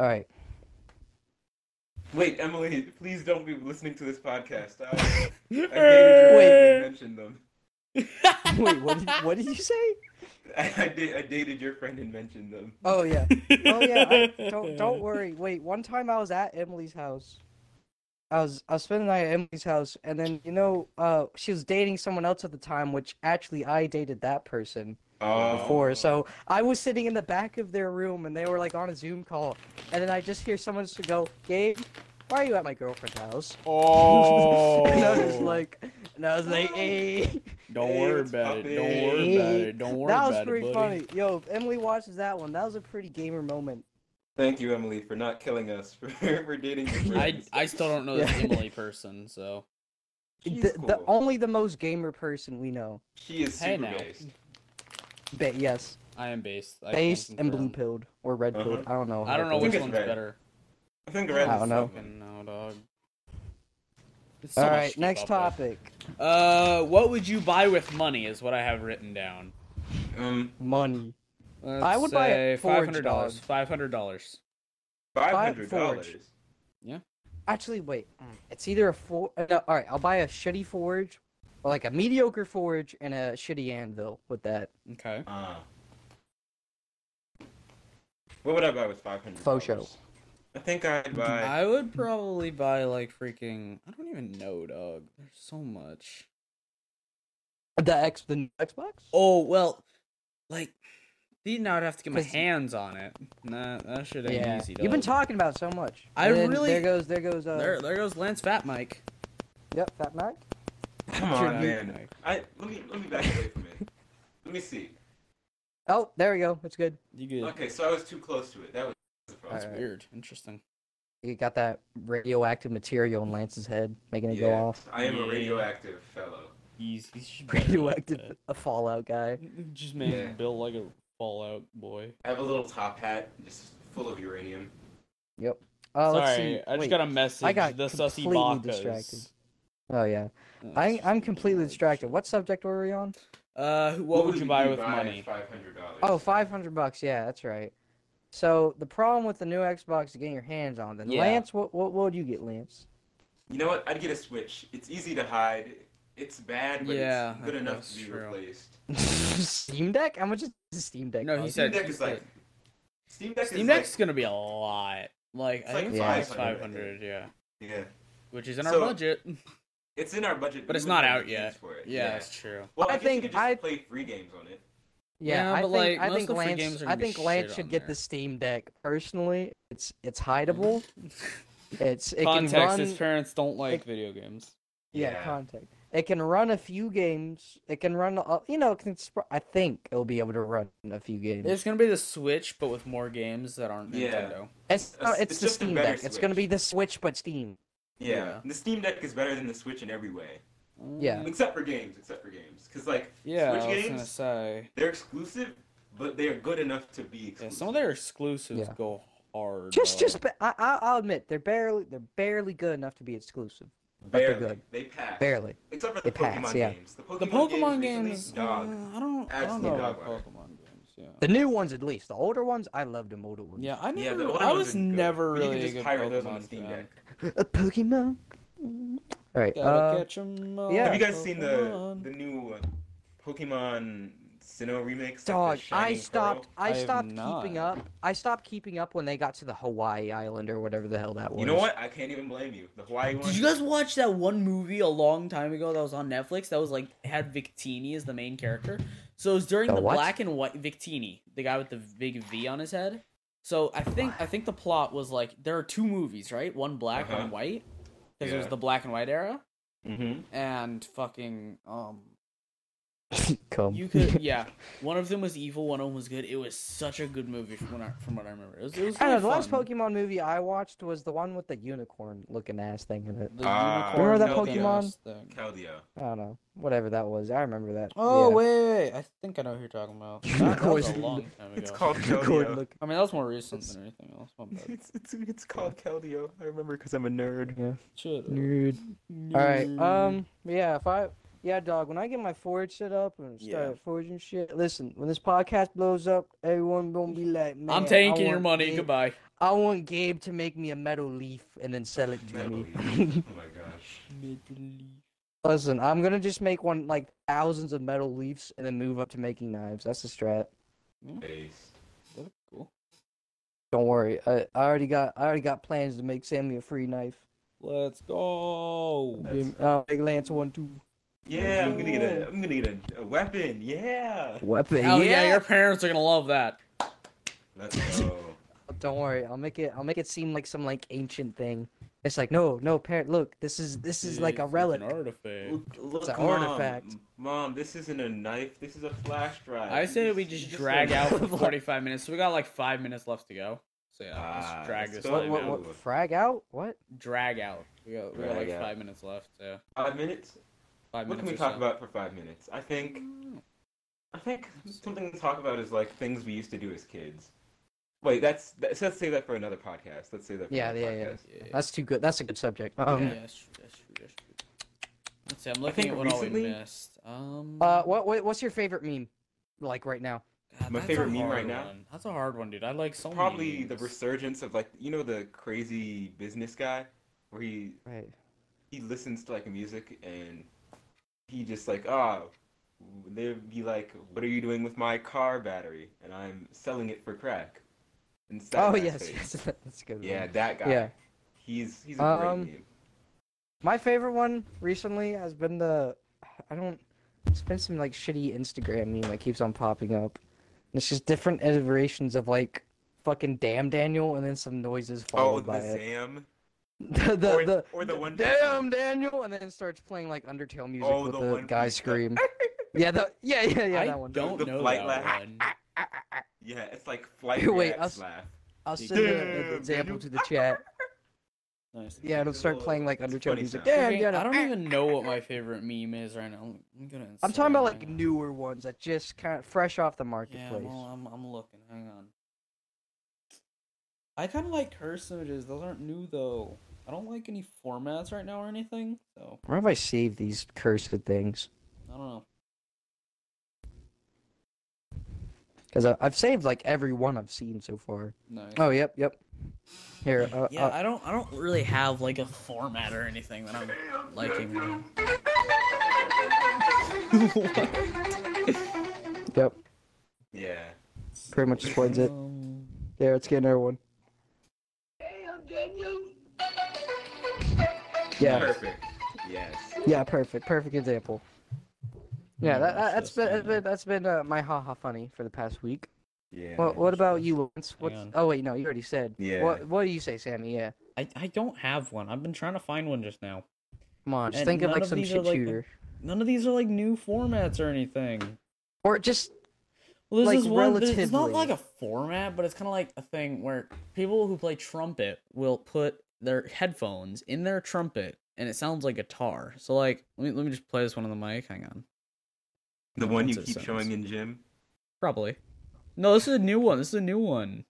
[SPEAKER 3] All right.
[SPEAKER 2] Wait, Emily, please don't be listening to this podcast. I, I
[SPEAKER 1] Eh.
[SPEAKER 2] dated your friend and mentioned them.
[SPEAKER 3] Wait, what did, what did you say?
[SPEAKER 2] I, I, da- I dated your friend and mentioned them.
[SPEAKER 3] Oh yeah. Oh yeah. I, don't don't worry. Wait, one time I was at Emily's house. I was I was spending the night at Emily's house, and then you know, uh, she was dating someone else at the time, which actually I dated that person.
[SPEAKER 2] Oh.
[SPEAKER 3] before. So I was sitting in the back of their room and they were like on a Zoom call. And then I just hear someone just go, Gabe, why are you at my girlfriend's house?
[SPEAKER 1] Oh.
[SPEAKER 3] and I was just like, and I was like, hey.
[SPEAKER 1] Don't
[SPEAKER 2] Hey,
[SPEAKER 1] worry
[SPEAKER 2] what's
[SPEAKER 1] about
[SPEAKER 2] up,
[SPEAKER 1] it. Don't
[SPEAKER 2] eh?
[SPEAKER 1] worry about it. Don't worry
[SPEAKER 3] that
[SPEAKER 1] about it.
[SPEAKER 3] was pretty
[SPEAKER 1] buddy.
[SPEAKER 3] funny. Yo, if Emily watches that one, that was a pretty gamer moment.
[SPEAKER 2] Thank you, Emily, for not killing us for, for dating your
[SPEAKER 1] I
[SPEAKER 2] friends.
[SPEAKER 1] I still don't know this
[SPEAKER 3] Yeah.
[SPEAKER 1] Emily person, so
[SPEAKER 2] She's
[SPEAKER 3] The, the,
[SPEAKER 2] cool.
[SPEAKER 3] only the most gamer person we know.
[SPEAKER 2] she is
[SPEAKER 1] Hey,
[SPEAKER 2] super
[SPEAKER 1] now.
[SPEAKER 2] based.
[SPEAKER 3] But yes,
[SPEAKER 1] I am based. I can
[SPEAKER 3] based and blue
[SPEAKER 1] confirm.
[SPEAKER 3] pilled or red pilled.
[SPEAKER 2] Uh-huh.
[SPEAKER 3] I don't know.
[SPEAKER 1] I don't know
[SPEAKER 2] I
[SPEAKER 1] which
[SPEAKER 2] think it's
[SPEAKER 1] one's
[SPEAKER 2] red.
[SPEAKER 1] better.
[SPEAKER 2] I think Red
[SPEAKER 3] I
[SPEAKER 2] is
[SPEAKER 3] don't know.
[SPEAKER 2] something.
[SPEAKER 1] Fucking no, dog.
[SPEAKER 4] It's so
[SPEAKER 3] All
[SPEAKER 4] much
[SPEAKER 3] right,
[SPEAKER 4] to keep
[SPEAKER 3] next
[SPEAKER 4] up with.
[SPEAKER 3] topic.
[SPEAKER 1] Uh, what would you buy with money? Is what I have written down.
[SPEAKER 2] Um,
[SPEAKER 3] Money.
[SPEAKER 1] Let's
[SPEAKER 3] I would buy a
[SPEAKER 1] five
[SPEAKER 3] forge
[SPEAKER 1] hundred dollars. Five hundred dollars.
[SPEAKER 2] five
[SPEAKER 3] Buy
[SPEAKER 2] hundred
[SPEAKER 3] Forge.
[SPEAKER 2] dollars.
[SPEAKER 3] Actually, wait. It's either a forge. No, all right, I'll buy a shitty forge, or like a mediocre forge and a shitty anvil with that.
[SPEAKER 1] Okay.
[SPEAKER 2] Uh, what would I buy with five hundred?
[SPEAKER 3] Faux show.
[SPEAKER 2] I think I'd buy.
[SPEAKER 1] I would probably buy like freaking. I don't even know, dog. There's so much.
[SPEAKER 3] The X, the new Xbox.
[SPEAKER 1] Oh well, like. Then I'd have to get my
[SPEAKER 3] 'Cause-
[SPEAKER 1] hands on it. Nah, that shit ain't
[SPEAKER 3] yeah.
[SPEAKER 1] easy. Dog.
[SPEAKER 3] You've been talking about it so much.
[SPEAKER 1] I
[SPEAKER 3] And then
[SPEAKER 1] really-
[SPEAKER 3] There goes. There goes. Uh,
[SPEAKER 1] There, there goes Lance Fat Mike.
[SPEAKER 3] Yep, Fat Mac.
[SPEAKER 2] Come
[SPEAKER 3] Sure,
[SPEAKER 2] on,
[SPEAKER 3] you-
[SPEAKER 2] man. I let me let me back away from it. Let me see.
[SPEAKER 3] Oh, there we go. It's good.
[SPEAKER 1] You good?
[SPEAKER 2] Okay, so I was too close to it. That was the
[SPEAKER 1] That's
[SPEAKER 2] problem.
[SPEAKER 3] Alright.
[SPEAKER 1] weird. Interesting.
[SPEAKER 3] You got that radioactive material in Lance's head, making it go
[SPEAKER 2] Yeah,
[SPEAKER 3] off.
[SPEAKER 2] I am a
[SPEAKER 1] Yeah.
[SPEAKER 2] radioactive fellow.
[SPEAKER 1] He's, he's just built like
[SPEAKER 3] Radioactive, a Fallout guy.
[SPEAKER 1] that. Just
[SPEAKER 2] Yeah.
[SPEAKER 1] built like a Fallout boy.
[SPEAKER 2] I have a little top hat just full of uranium.
[SPEAKER 3] Yep. Uh, let's
[SPEAKER 1] Sorry,
[SPEAKER 3] see.
[SPEAKER 1] I just
[SPEAKER 3] Wait.
[SPEAKER 1] got a message.
[SPEAKER 3] I got
[SPEAKER 1] the sussy
[SPEAKER 3] completely
[SPEAKER 1] Bakas.
[SPEAKER 3] distracted. Oh yeah. I I'm completely distracted. What subject were we on?
[SPEAKER 1] Uh, who- what, would you buy with money?
[SPEAKER 2] Five hundred dollars.
[SPEAKER 3] Oh, 500 bucks. Yeah, that's right. So the problem with the new Xbox is getting your hands on. Then
[SPEAKER 1] Yeah.
[SPEAKER 3] Lance, what, what what would you get, Lance?
[SPEAKER 2] You know what? I'd get a Switch. It's easy to hide. It's bad, but
[SPEAKER 1] Yeah,
[SPEAKER 2] it's good enough
[SPEAKER 1] that's
[SPEAKER 2] to be
[SPEAKER 1] true.
[SPEAKER 2] replaced.
[SPEAKER 3] Steam Deck? How much is the Steam Deck?
[SPEAKER 1] No,
[SPEAKER 3] cost?
[SPEAKER 1] he said
[SPEAKER 2] Steam Deck is like Steam Deck
[SPEAKER 1] Steam
[SPEAKER 2] is
[SPEAKER 1] Deck's
[SPEAKER 2] like,
[SPEAKER 1] gonna be a lot. Like I
[SPEAKER 2] It's
[SPEAKER 1] think
[SPEAKER 3] like
[SPEAKER 1] it's five
[SPEAKER 2] 500,
[SPEAKER 1] hundred. Yeah,
[SPEAKER 2] yeah.
[SPEAKER 1] which is in our
[SPEAKER 2] So-
[SPEAKER 1] budget. Yeah,
[SPEAKER 2] It's in our budget,
[SPEAKER 1] But it's
[SPEAKER 2] we
[SPEAKER 1] not
[SPEAKER 2] wouldn't
[SPEAKER 1] out
[SPEAKER 2] have the
[SPEAKER 1] yet.
[SPEAKER 2] means For it.
[SPEAKER 1] that's true.
[SPEAKER 2] Well, I,
[SPEAKER 3] I
[SPEAKER 2] guess
[SPEAKER 3] think
[SPEAKER 2] you could just
[SPEAKER 3] I-
[SPEAKER 2] play free games on it.
[SPEAKER 1] Yeah,
[SPEAKER 3] Yeah, I
[SPEAKER 1] but,
[SPEAKER 3] think
[SPEAKER 1] like,
[SPEAKER 3] I
[SPEAKER 1] most
[SPEAKER 3] think
[SPEAKER 1] of the free
[SPEAKER 3] Lance
[SPEAKER 1] games are
[SPEAKER 3] I
[SPEAKER 1] gonna be
[SPEAKER 3] think
[SPEAKER 1] shit
[SPEAKER 3] Lance
[SPEAKER 1] on
[SPEAKER 3] should get
[SPEAKER 1] there.
[SPEAKER 3] the Steam Deck. Personally, it's it's hideable. it's it
[SPEAKER 1] Context:
[SPEAKER 3] can run
[SPEAKER 1] His parents don't like video games.
[SPEAKER 3] yeah,
[SPEAKER 2] Yeah.
[SPEAKER 3] contact. It can run a few games. It can run, a- you know, it can. Sp- I think it'll be able to run a few games.
[SPEAKER 1] It's gonna be the Switch, but with more games that aren't
[SPEAKER 2] Yeah.
[SPEAKER 1] Nintendo.
[SPEAKER 3] It's
[SPEAKER 2] It's-
[SPEAKER 3] not, it's,
[SPEAKER 2] it's
[SPEAKER 3] the
[SPEAKER 2] just a
[SPEAKER 3] Steam
[SPEAKER 2] better
[SPEAKER 3] Deck. It's gonna
[SPEAKER 2] Switch.
[SPEAKER 3] be the Switch, but Steam.
[SPEAKER 2] Yeah.
[SPEAKER 1] Yeah.
[SPEAKER 2] the Steam Deck is better than the Switch in every way,
[SPEAKER 3] Yeah.
[SPEAKER 2] except for games. Except for games, because like
[SPEAKER 1] Mm, Yeah, I
[SPEAKER 2] Switch
[SPEAKER 1] was gonna
[SPEAKER 2] games,
[SPEAKER 1] say.
[SPEAKER 2] they're exclusive, but they are good enough to be
[SPEAKER 1] Yeah,
[SPEAKER 2] exclusive.
[SPEAKER 1] some of their exclusives
[SPEAKER 3] Yeah.
[SPEAKER 1] go hard.
[SPEAKER 3] Just,
[SPEAKER 1] though.
[SPEAKER 3] just. Ba- I, I, I'll admit they're barely, they're barely good enough to be exclusive. they're
[SPEAKER 2] barely
[SPEAKER 3] good.
[SPEAKER 2] they pass
[SPEAKER 3] Barely.
[SPEAKER 2] except for
[SPEAKER 3] They
[SPEAKER 2] the
[SPEAKER 3] pass,
[SPEAKER 2] Pokemon
[SPEAKER 3] yeah.
[SPEAKER 2] games. The
[SPEAKER 1] the
[SPEAKER 2] Pokemon,
[SPEAKER 1] Pokemon
[SPEAKER 2] games,
[SPEAKER 1] games.
[SPEAKER 2] recently, dog.
[SPEAKER 1] uh, I don't. I don't
[SPEAKER 2] Absolutely
[SPEAKER 1] know
[SPEAKER 2] dog
[SPEAKER 1] about
[SPEAKER 2] water.
[SPEAKER 1] Pokemon games. Yeah.
[SPEAKER 3] The new ones, at least. The older ones, I loved them older ones.
[SPEAKER 1] Yeah, I
[SPEAKER 2] Yeah,
[SPEAKER 1] never.
[SPEAKER 2] the older
[SPEAKER 1] I
[SPEAKER 2] ones
[SPEAKER 1] was
[SPEAKER 2] are good,
[SPEAKER 1] never
[SPEAKER 2] but
[SPEAKER 1] really
[SPEAKER 2] You
[SPEAKER 1] a
[SPEAKER 2] can
[SPEAKER 1] good
[SPEAKER 2] just pirate
[SPEAKER 1] Pokemon
[SPEAKER 2] those on the Steam
[SPEAKER 1] fan.
[SPEAKER 2] Deck.
[SPEAKER 3] A Pokemon. All right.
[SPEAKER 1] Gotta
[SPEAKER 3] Uh,
[SPEAKER 1] catch 'em all.
[SPEAKER 3] yeah.
[SPEAKER 2] Have you guys seen the
[SPEAKER 1] Pokemon.
[SPEAKER 2] the new uh, Pokemon Sinnoh remix?
[SPEAKER 3] dog,
[SPEAKER 2] Like the
[SPEAKER 3] I
[SPEAKER 2] Shining
[SPEAKER 3] stopped.
[SPEAKER 2] Pearl?
[SPEAKER 1] I
[SPEAKER 3] I
[SPEAKER 1] have
[SPEAKER 3] stopped keeping
[SPEAKER 1] not.
[SPEAKER 3] up. I stopped keeping up when they got to the Hawaii Island or whatever the hell that was.
[SPEAKER 2] You know what? I can't even blame you. The Hawaii one.
[SPEAKER 1] Did you guys watch that one movie a long time ago that was on Netflix that was like had Victini as the main character? So it was during
[SPEAKER 3] The
[SPEAKER 1] the,
[SPEAKER 3] what?
[SPEAKER 1] black and white Victini, the guy with the big V on his head. So I think I think the plot was like there are two movies, right? One black,
[SPEAKER 2] Uh-huh.
[SPEAKER 1] one white, because it was
[SPEAKER 2] Yeah.
[SPEAKER 1] the black and white era.
[SPEAKER 2] Mm-hmm.
[SPEAKER 1] And fucking um,
[SPEAKER 3] Come.
[SPEAKER 1] you could yeah, one of them was evil, one of them was good. It was such a good movie from what I, from what I remember. It was, it was
[SPEAKER 3] I don't know. The
[SPEAKER 1] really
[SPEAKER 3] last
[SPEAKER 1] fun.
[SPEAKER 3] Pokemon movie I watched was the one with the unicorn looking ass thing in it.
[SPEAKER 1] The
[SPEAKER 2] Ah.
[SPEAKER 1] unicorn
[SPEAKER 3] Remember that
[SPEAKER 1] looking
[SPEAKER 3] Pokemon?
[SPEAKER 1] ass thing.
[SPEAKER 2] Caldeo.
[SPEAKER 3] I don't know. Whatever that was. I remember that.
[SPEAKER 1] Oh
[SPEAKER 3] Yeah.
[SPEAKER 1] wait, wait, wait, I think I know who you're talking about. That, that was a
[SPEAKER 3] Unicorn.
[SPEAKER 1] long time ago.
[SPEAKER 2] It's called
[SPEAKER 3] Unicorn
[SPEAKER 2] Caldeo.
[SPEAKER 3] look-
[SPEAKER 1] I mean, that was more recent than anything else. My bad.
[SPEAKER 2] It's, it's it's called Caldeo. I remember because I'm a nerd.
[SPEAKER 1] Shut up.
[SPEAKER 3] Nerd. All right. Um. Yeah. If I. Yeah, dog. When I get my forge set up and
[SPEAKER 1] Yeah.
[SPEAKER 3] start forging shit, listen. When this podcast blows up, everyone gonna be like, "Man,
[SPEAKER 1] I'm
[SPEAKER 3] I
[SPEAKER 1] taking your
[SPEAKER 3] want
[SPEAKER 1] money.
[SPEAKER 3] Gabe-
[SPEAKER 1] Goodbye.
[SPEAKER 3] I want Gabe to make me a metal leaf and then sell it to
[SPEAKER 2] Metal
[SPEAKER 3] me."
[SPEAKER 2] Leaf. oh my gosh.
[SPEAKER 3] Listen, I'm gonna just make one like thousands of metal leaves and then move up to making knives. That's the strat.
[SPEAKER 2] Face.
[SPEAKER 1] That'd be cool.
[SPEAKER 3] Don't worry. I, I already got. I already got plans to make Sammy a free knife.
[SPEAKER 1] Let's go.
[SPEAKER 2] That's-
[SPEAKER 3] Uh, make Lance one too.
[SPEAKER 2] Yeah, I'm gonna get a I'm gonna get a, a weapon. Oh, Yeah.
[SPEAKER 3] Weapon.
[SPEAKER 1] Hell yeah. your parents are gonna love that.
[SPEAKER 2] Let's go.
[SPEAKER 3] Don't worry, I'll make it. I'll make it seem like some like ancient thing. It's like no, no, parent. Look, this is this is like a relic.
[SPEAKER 1] artifact.
[SPEAKER 2] Look, look,
[SPEAKER 3] an
[SPEAKER 2] mom,
[SPEAKER 3] artifact.
[SPEAKER 2] Mom, this isn't a knife. This is a flash drive.
[SPEAKER 1] I say we just drag
[SPEAKER 2] a-
[SPEAKER 1] out for 45 minutes. So we got like five minutes left to go. So yeah,
[SPEAKER 2] Ah,
[SPEAKER 1] let's drag
[SPEAKER 2] let's
[SPEAKER 1] this.
[SPEAKER 2] go.
[SPEAKER 1] What,
[SPEAKER 3] What, what, what?
[SPEAKER 2] Ooh.
[SPEAKER 3] Frag out? What?
[SPEAKER 1] Drag out. We got, we got
[SPEAKER 2] Drag
[SPEAKER 1] like
[SPEAKER 2] out.
[SPEAKER 1] five minutes left. Yeah,
[SPEAKER 2] Five minutes.
[SPEAKER 1] five
[SPEAKER 2] What
[SPEAKER 1] minutes.
[SPEAKER 2] can we
[SPEAKER 1] or
[SPEAKER 2] talk
[SPEAKER 1] so.
[SPEAKER 2] about for five minutes? I think I think something to talk about is like things we used to do as kids. Wait, that's that, so let's save that for another podcast. Let's save that. For
[SPEAKER 3] Yeah,
[SPEAKER 2] another
[SPEAKER 3] yeah,
[SPEAKER 2] podcast.
[SPEAKER 3] That's too good. That's a good subject. Um,
[SPEAKER 1] Yeah, that's true, that's true, that's true. Let's see. I'm looking
[SPEAKER 2] think
[SPEAKER 1] at what
[SPEAKER 2] recently-
[SPEAKER 1] all we missed. Um,
[SPEAKER 3] Uh, what, what what's your favorite meme? Like right now?
[SPEAKER 1] God,
[SPEAKER 2] my
[SPEAKER 1] that's a
[SPEAKER 2] favorite meme
[SPEAKER 1] hard
[SPEAKER 2] right now?
[SPEAKER 1] one. That's a hard one, dude. I like so many
[SPEAKER 2] Probably the
[SPEAKER 1] memes.
[SPEAKER 2] resurgence of like you know the crazy business guy where he
[SPEAKER 3] Right.
[SPEAKER 2] he listens to like music and he just like ah they'd be like what are you doing with my car battery and i'm selling it for crack and it's that
[SPEAKER 3] Oh
[SPEAKER 2] guy's
[SPEAKER 3] yes,
[SPEAKER 2] face.
[SPEAKER 3] yes, that's a good. one.
[SPEAKER 2] yeah that guy
[SPEAKER 3] Yeah.
[SPEAKER 2] he's he's a
[SPEAKER 3] Um,
[SPEAKER 2] great meme
[SPEAKER 3] My favorite one recently has been the I don't it's been some like shitty Instagram meme that keeps on popping up. And it's just different iterations of like fucking damn Daniel and then some noises
[SPEAKER 2] oh
[SPEAKER 3] followed
[SPEAKER 2] the
[SPEAKER 3] by it.
[SPEAKER 2] sam
[SPEAKER 3] The, the,
[SPEAKER 2] or,
[SPEAKER 3] the,
[SPEAKER 2] or the one
[SPEAKER 3] damn Daniel and then it starts playing like Undertale music
[SPEAKER 2] Oh,
[SPEAKER 3] with
[SPEAKER 2] the
[SPEAKER 3] the,
[SPEAKER 2] one
[SPEAKER 3] guy
[SPEAKER 2] piece that-
[SPEAKER 3] scream. yeah, the yeah, yeah, yeah,
[SPEAKER 1] I
[SPEAKER 3] that one.
[SPEAKER 1] don't
[SPEAKER 2] The
[SPEAKER 1] know
[SPEAKER 2] flight
[SPEAKER 1] that
[SPEAKER 2] laugh.
[SPEAKER 1] one.
[SPEAKER 3] Ah, ah, ah.
[SPEAKER 2] yeah it's like flight
[SPEAKER 3] Wait,
[SPEAKER 2] reacts
[SPEAKER 3] us-
[SPEAKER 2] laugh
[SPEAKER 3] I'll send the- the,
[SPEAKER 2] Damn,
[SPEAKER 3] example
[SPEAKER 2] Daniel.
[SPEAKER 3] to the chat.
[SPEAKER 1] Nice.
[SPEAKER 3] Yeah, it'll start playing like
[SPEAKER 2] That's
[SPEAKER 3] Undertale
[SPEAKER 2] funny
[SPEAKER 3] music.
[SPEAKER 2] sound.
[SPEAKER 3] Damn,
[SPEAKER 1] Okay, I
[SPEAKER 3] Daniel.
[SPEAKER 1] don't even know what my favorite meme is right now. I'm, I'm gonna.
[SPEAKER 3] I'm talking about
[SPEAKER 1] Instagram
[SPEAKER 3] like
[SPEAKER 1] right now.
[SPEAKER 3] newer ones that just kind of fresh off the
[SPEAKER 1] Yeah,
[SPEAKER 3] marketplace.
[SPEAKER 1] well, I'm I'm looking. Hang on. I kind of like curse images. Those aren't new though. I don't like any formats right now or anything. So
[SPEAKER 3] Where have I saved these cursed things?
[SPEAKER 1] I don't know.
[SPEAKER 3] Because I've saved like every one I've seen so far.
[SPEAKER 1] Nice.
[SPEAKER 3] Oh, yep, yep. Here, uh,
[SPEAKER 1] Yeah,
[SPEAKER 3] uh,
[SPEAKER 1] I don't. I don't really have like a format or anything that I'm liking. right
[SPEAKER 3] yep.
[SPEAKER 2] yeah
[SPEAKER 3] Pretty much explains
[SPEAKER 1] now.
[SPEAKER 3] it.
[SPEAKER 1] Um,
[SPEAKER 3] There, it's getting everyone. Yeah,
[SPEAKER 2] perfect yes
[SPEAKER 3] yeah, perfect, perfect example. Yeah, that, that, that's been that's been, that's been uh, my haha funny for the past week.
[SPEAKER 2] yeah
[SPEAKER 3] What what about you, Lawrence? What's,
[SPEAKER 1] on.
[SPEAKER 3] oh wait, no, you already said.
[SPEAKER 2] Yeah.
[SPEAKER 3] What what do you say, Sammy? Yeah.
[SPEAKER 1] I I don't have one. I've been trying to find one just now.
[SPEAKER 3] Come on, just
[SPEAKER 1] And
[SPEAKER 3] think of
[SPEAKER 1] none
[SPEAKER 3] like
[SPEAKER 1] of
[SPEAKER 3] some
[SPEAKER 1] these are,
[SPEAKER 3] shit
[SPEAKER 1] like, the-
[SPEAKER 3] shooter,
[SPEAKER 1] None of these are like new formats or anything.
[SPEAKER 3] or just
[SPEAKER 1] Well, there's
[SPEAKER 3] Like,
[SPEAKER 1] this one. there's- It's not
[SPEAKER 3] relatively.
[SPEAKER 1] like a format, but it's kind of like a thing where people who play trumpet will put their headphones in their trumpet, and it sounds like guitar. So, like, let me let me just play this one on the mic. Hang on,
[SPEAKER 2] the one you
[SPEAKER 1] That's it
[SPEAKER 2] keep
[SPEAKER 1] sounds.
[SPEAKER 2] showing in gym
[SPEAKER 1] probably. No, this is a new one. This is a new one.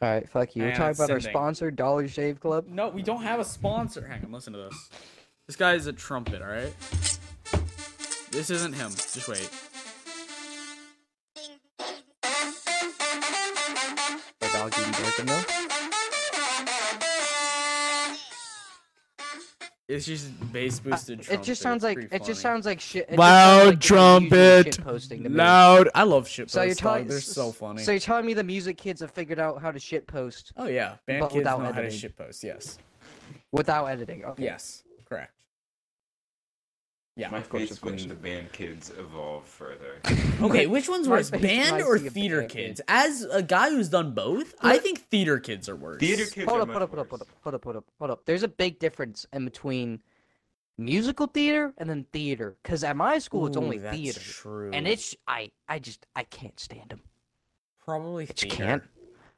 [SPEAKER 3] All right, fuck you. We're
[SPEAKER 1] And
[SPEAKER 3] talking
[SPEAKER 1] it's
[SPEAKER 3] about our
[SPEAKER 1] sending.
[SPEAKER 3] sponsor, Dollar Shave Club.
[SPEAKER 1] No, we don't have a sponsor. Hang on, listen to this. This guy is a trumpet. All right. This isn't him. Just wait.
[SPEAKER 3] My dog didn't break him, though.
[SPEAKER 1] It's just bass boosted.
[SPEAKER 3] It just sounds like it just sounds like shit. it just
[SPEAKER 1] Loud
[SPEAKER 3] sounds like the confusion
[SPEAKER 1] trumpet.
[SPEAKER 3] shit posting to me.
[SPEAKER 1] loud. I love shit.
[SPEAKER 3] So you're telling
[SPEAKER 1] They're so
[SPEAKER 3] s-
[SPEAKER 1] funny.
[SPEAKER 3] So you're telling me the music kids have figured out how to shit post
[SPEAKER 1] Oh yeah, band
[SPEAKER 3] But
[SPEAKER 1] kids
[SPEAKER 3] without
[SPEAKER 1] know how to
[SPEAKER 3] editing.
[SPEAKER 1] shit post. Yes,
[SPEAKER 3] without editing? Okay.
[SPEAKER 1] yes, correct. Yeah,
[SPEAKER 2] my
[SPEAKER 1] of course,
[SPEAKER 2] face
[SPEAKER 1] of course.
[SPEAKER 2] when the band kids evolve further
[SPEAKER 1] Okay, which one's
[SPEAKER 3] My
[SPEAKER 1] worse,
[SPEAKER 3] face
[SPEAKER 1] band
[SPEAKER 3] reminds
[SPEAKER 1] or
[SPEAKER 3] me of
[SPEAKER 1] theater
[SPEAKER 3] band
[SPEAKER 1] kids?
[SPEAKER 3] kids.
[SPEAKER 1] As a guy who's done both, I think theater kids are worse.
[SPEAKER 2] theater kids
[SPEAKER 3] Hold
[SPEAKER 2] are
[SPEAKER 3] up,
[SPEAKER 2] much
[SPEAKER 3] hold up, hold
[SPEAKER 2] worse.
[SPEAKER 3] up, hold up, hold up, hold up, hold up. There's a big difference in between musical theater and then theater. Because at my school, it's
[SPEAKER 1] Ooh,
[SPEAKER 3] only
[SPEAKER 1] that's
[SPEAKER 3] theater,
[SPEAKER 1] True.
[SPEAKER 3] and it's I I just I can't stand them.
[SPEAKER 1] probably
[SPEAKER 3] I just
[SPEAKER 1] theater.
[SPEAKER 3] can't.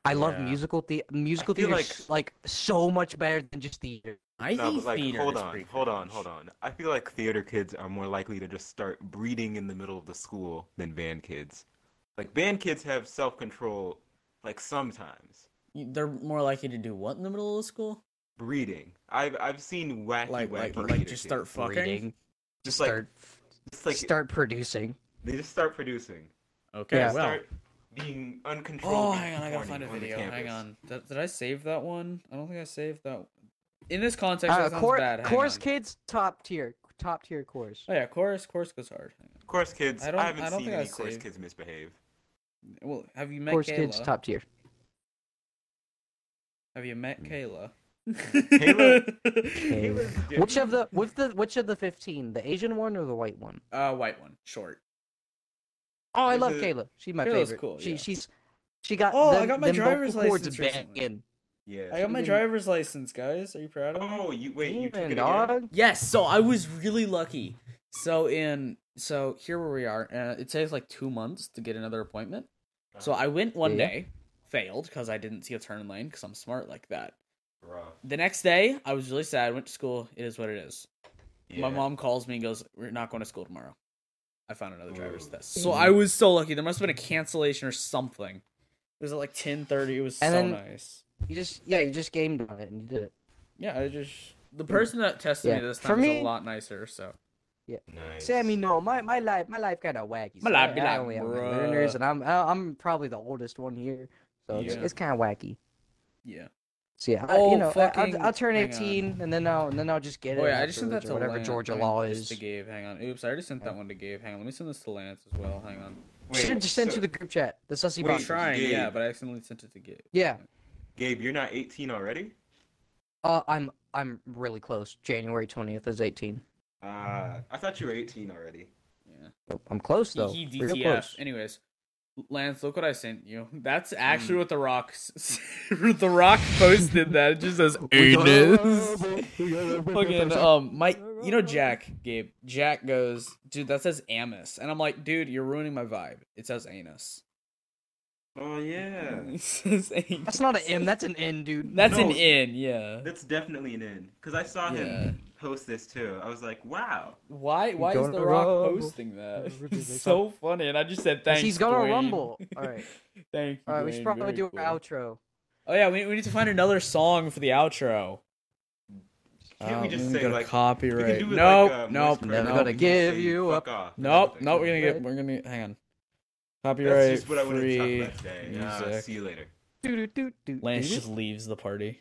[SPEAKER 3] I love
[SPEAKER 1] Yeah.
[SPEAKER 3] musical the musical
[SPEAKER 2] feel
[SPEAKER 3] theater like... like so much better than just theater.
[SPEAKER 1] I
[SPEAKER 2] No,
[SPEAKER 1] think
[SPEAKER 2] but like,
[SPEAKER 1] theater.
[SPEAKER 2] hold
[SPEAKER 1] is
[SPEAKER 2] on,
[SPEAKER 1] pretty
[SPEAKER 2] hold on,
[SPEAKER 1] cringe.
[SPEAKER 2] hold on. I feel like theater kids are more likely to just start breeding in the middle of the school than band kids. Like band kids have self control, like sometimes
[SPEAKER 1] You- They're more likely to do what in the middle of school?
[SPEAKER 2] breeding. I've I've seen wacky
[SPEAKER 1] Like,
[SPEAKER 2] wacky
[SPEAKER 1] like,
[SPEAKER 2] theater
[SPEAKER 1] like, just
[SPEAKER 2] kids.
[SPEAKER 1] start fucking.
[SPEAKER 3] Reading,
[SPEAKER 2] just like
[SPEAKER 3] start
[SPEAKER 2] just like
[SPEAKER 3] start producing.
[SPEAKER 2] they just start producing.
[SPEAKER 1] Okay, well.
[SPEAKER 3] Yeah.
[SPEAKER 2] Start being uncontrolled.
[SPEAKER 1] Oh,
[SPEAKER 2] and
[SPEAKER 1] hang on, I gotta
[SPEAKER 2] horny
[SPEAKER 1] find a
[SPEAKER 2] on the
[SPEAKER 1] video. Hang
[SPEAKER 2] campus.
[SPEAKER 1] on. Did, did I save that one? I don't think I saved that. In this context,
[SPEAKER 3] Uh,
[SPEAKER 1] that sounds
[SPEAKER 3] cor-
[SPEAKER 1] bad. Hang
[SPEAKER 3] chorus
[SPEAKER 1] on.
[SPEAKER 3] kids top tier, top tier chorus.
[SPEAKER 1] Oh yeah, chorus. Chorus goes hard. Hang on.
[SPEAKER 2] Of course, kids.
[SPEAKER 1] I
[SPEAKER 2] I,
[SPEAKER 1] don't-
[SPEAKER 2] haven't
[SPEAKER 1] I don't
[SPEAKER 2] seen
[SPEAKER 1] think I
[SPEAKER 2] any course
[SPEAKER 1] saved-
[SPEAKER 2] kids misbehave.
[SPEAKER 1] Well, have you met
[SPEAKER 3] Chorus
[SPEAKER 1] Kayla?
[SPEAKER 3] kids top tier.
[SPEAKER 1] Have you met Kayla?
[SPEAKER 2] He
[SPEAKER 1] Hmm. Kayla.
[SPEAKER 2] was
[SPEAKER 3] Which
[SPEAKER 2] different.
[SPEAKER 3] of the which the which of the fifteen? The Asian one or the white one?
[SPEAKER 1] uh, white one, short.
[SPEAKER 3] Oh, I
[SPEAKER 2] There's
[SPEAKER 3] love
[SPEAKER 2] a-
[SPEAKER 3] Kayla. She's my
[SPEAKER 1] Kayla's
[SPEAKER 3] favorite.
[SPEAKER 1] cool,
[SPEAKER 3] She
[SPEAKER 1] yeah.
[SPEAKER 3] she's she got.
[SPEAKER 1] Oh, I
[SPEAKER 3] them-
[SPEAKER 1] got my
[SPEAKER 3] them vocal
[SPEAKER 1] driver's
[SPEAKER 3] cords
[SPEAKER 1] license
[SPEAKER 3] back
[SPEAKER 1] recently.
[SPEAKER 3] in.
[SPEAKER 1] I
[SPEAKER 2] Yeah.
[SPEAKER 1] got my
[SPEAKER 3] Even-
[SPEAKER 1] driver's license, guys. Are you proud of me?
[SPEAKER 2] Oh, you wait. You took it
[SPEAKER 3] Even,
[SPEAKER 2] again? Oh,
[SPEAKER 3] dog.
[SPEAKER 1] Oh, Yes, so I was really lucky. So in so here where we are, uh, it takes like two months to get another appointment. So I went one
[SPEAKER 3] Yeah.
[SPEAKER 1] day, failed because I didn't see a turn lane because I'm smart like that.
[SPEAKER 2] Bruh.
[SPEAKER 1] The next day, I was really sad. Went to school. It is what it is. My
[SPEAKER 2] Yeah.
[SPEAKER 1] mom calls me and goes, "We're not going to school tomorrow." I found another driver's
[SPEAKER 2] Ooh.
[SPEAKER 1] test. So I was so lucky. There must have been a cancellation or something. It was at like ten thirty. It was
[SPEAKER 3] And
[SPEAKER 1] so
[SPEAKER 3] then-
[SPEAKER 1] nice.
[SPEAKER 3] You just yeah, you just gamed on it and you did it.
[SPEAKER 1] Yeah, I just the person that tested
[SPEAKER 3] Yeah.
[SPEAKER 1] me this
[SPEAKER 3] For
[SPEAKER 1] time is
[SPEAKER 3] me-
[SPEAKER 1] a lot nicer. So
[SPEAKER 2] Nice.
[SPEAKER 3] Sammy, no, my, my life my life kind of wacky.
[SPEAKER 1] My
[SPEAKER 3] so
[SPEAKER 1] life
[SPEAKER 3] I-
[SPEAKER 1] be
[SPEAKER 3] I
[SPEAKER 1] like,
[SPEAKER 3] only have my
[SPEAKER 1] "Bruh."
[SPEAKER 3] learners, and I'm I- I'm probably the oldest one here, so it's,
[SPEAKER 2] Yeah.
[SPEAKER 3] it's kind of wacky.
[SPEAKER 1] yeah.
[SPEAKER 3] So yeah, I,
[SPEAKER 1] Oh,
[SPEAKER 3] you know, I,
[SPEAKER 1] fucking-
[SPEAKER 3] I'll, I'll turn
[SPEAKER 1] hang on.
[SPEAKER 3] eighteen, and then I'll and then I'll just get
[SPEAKER 1] Oh
[SPEAKER 3] it.
[SPEAKER 1] yeah, I just sent that
[SPEAKER 3] afterwards,
[SPEAKER 1] to
[SPEAKER 3] or whatever
[SPEAKER 1] Lance.
[SPEAKER 3] Georgia
[SPEAKER 1] I mean,
[SPEAKER 3] law
[SPEAKER 1] just
[SPEAKER 3] is.
[SPEAKER 1] To Gabe, hang on. Oops, I already sent that one to Gabe. Hang on. Let me send this to Lance as well. Hang on.
[SPEAKER 3] Should have just sent
[SPEAKER 2] so-
[SPEAKER 3] to the group chat, the sussy
[SPEAKER 2] Wait,
[SPEAKER 1] I'm
[SPEAKER 3] box.
[SPEAKER 1] trying,
[SPEAKER 2] Gabe.
[SPEAKER 1] yeah, but I accidentally sent it to Gabe.
[SPEAKER 3] Yeah,
[SPEAKER 2] Gabe, you're not 18 already?
[SPEAKER 3] uh, I'm I'm really close. January twentieth is eighteen.
[SPEAKER 2] Uh, I thought you were 18 already.
[SPEAKER 1] Yeah.
[SPEAKER 3] I'm close
[SPEAKER 1] So,
[SPEAKER 3] though.
[SPEAKER 1] he
[SPEAKER 3] Real
[SPEAKER 1] DTF.
[SPEAKER 3] close. Hmm.
[SPEAKER 1] Anyways, Lance, look what I sent you. That's actually what the Rock. s- the Rock posted that. It just says anus. Fucking um, my you know Jack Gabe. Jack goes, dude, that says amus, and I'm like, dude, you're ruining my vibe. It says anus.
[SPEAKER 2] Oh, yeah.
[SPEAKER 1] It says anus.
[SPEAKER 3] That's not an M. That's an N, dude.
[SPEAKER 1] That's an
[SPEAKER 2] No.
[SPEAKER 1] in, yeah.
[SPEAKER 2] That's definitely an in. Because I saw him post this too. I was like, wow.
[SPEAKER 1] Why? Why is
[SPEAKER 3] going
[SPEAKER 1] the
[SPEAKER 3] to
[SPEAKER 1] Rock
[SPEAKER 3] Rumble.
[SPEAKER 1] posting that?
[SPEAKER 3] Rumble.
[SPEAKER 1] It's so funny, and I just said thanks.
[SPEAKER 3] He's gonna
[SPEAKER 1] Dwayne."
[SPEAKER 3] rumble. All right,
[SPEAKER 1] Thank you.
[SPEAKER 3] all right. We should
[SPEAKER 1] Dwayne.
[SPEAKER 3] probably
[SPEAKER 1] Very
[SPEAKER 3] do
[SPEAKER 1] cool.
[SPEAKER 3] our outro.
[SPEAKER 1] Oh yeah, we, we need to find another song for the outro.
[SPEAKER 2] Can't we
[SPEAKER 1] Oh,
[SPEAKER 2] just
[SPEAKER 1] we
[SPEAKER 2] say,
[SPEAKER 1] gotta
[SPEAKER 2] like, we
[SPEAKER 1] copyright?
[SPEAKER 2] can do it
[SPEAKER 1] nope,
[SPEAKER 2] like, uh,
[SPEAKER 1] nope,
[SPEAKER 2] Moist
[SPEAKER 3] Never
[SPEAKER 1] nope,
[SPEAKER 2] Crowd,
[SPEAKER 3] gonna
[SPEAKER 2] we can
[SPEAKER 3] give
[SPEAKER 2] say,
[SPEAKER 3] you
[SPEAKER 2] "Fuck
[SPEAKER 3] up."
[SPEAKER 2] off," or
[SPEAKER 1] nope,
[SPEAKER 2] something.
[SPEAKER 1] nope. We're gonna get.
[SPEAKER 3] Right?
[SPEAKER 1] We're gonna hang on.
[SPEAKER 2] That's
[SPEAKER 1] Copyright
[SPEAKER 2] just what I wanted to
[SPEAKER 1] free
[SPEAKER 2] talk about today. Uh,
[SPEAKER 1] music.
[SPEAKER 2] see you later.
[SPEAKER 3] Do, do, do,
[SPEAKER 1] Lance
[SPEAKER 3] do,
[SPEAKER 1] just leaves the party.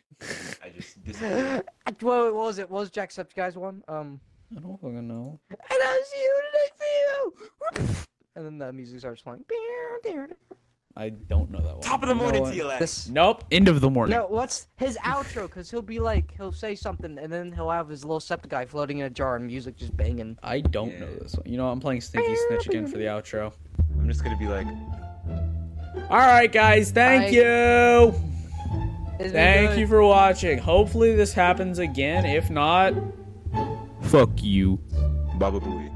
[SPEAKER 2] I just
[SPEAKER 3] Well,
[SPEAKER 2] disappeared.
[SPEAKER 3] what was it? What was Jacksepticeye's one? Um,
[SPEAKER 1] I don't fucking know.
[SPEAKER 3] and I'll see you next video. And then the music starts playing.
[SPEAKER 1] I don't know that one.
[SPEAKER 2] Top of the morning
[SPEAKER 3] No,
[SPEAKER 2] to you, Lex.
[SPEAKER 3] This
[SPEAKER 1] Nope. End of the morning.
[SPEAKER 3] no, what's his outro? Because he'll be like, he'll say something, and then he'll have his little Septiceye floating in a jar and music just banging.
[SPEAKER 1] I don't know
[SPEAKER 2] Yeah.
[SPEAKER 1] this one. You know, I'm playing Stinky Snitch again for the outro.
[SPEAKER 2] I'm just gonna be like,
[SPEAKER 1] All right, guys. Thank you.
[SPEAKER 3] It's been
[SPEAKER 1] Thank
[SPEAKER 3] good.
[SPEAKER 1] you for watching. Hopefully this happens again. If not, fuck you.
[SPEAKER 2] Baba Booey.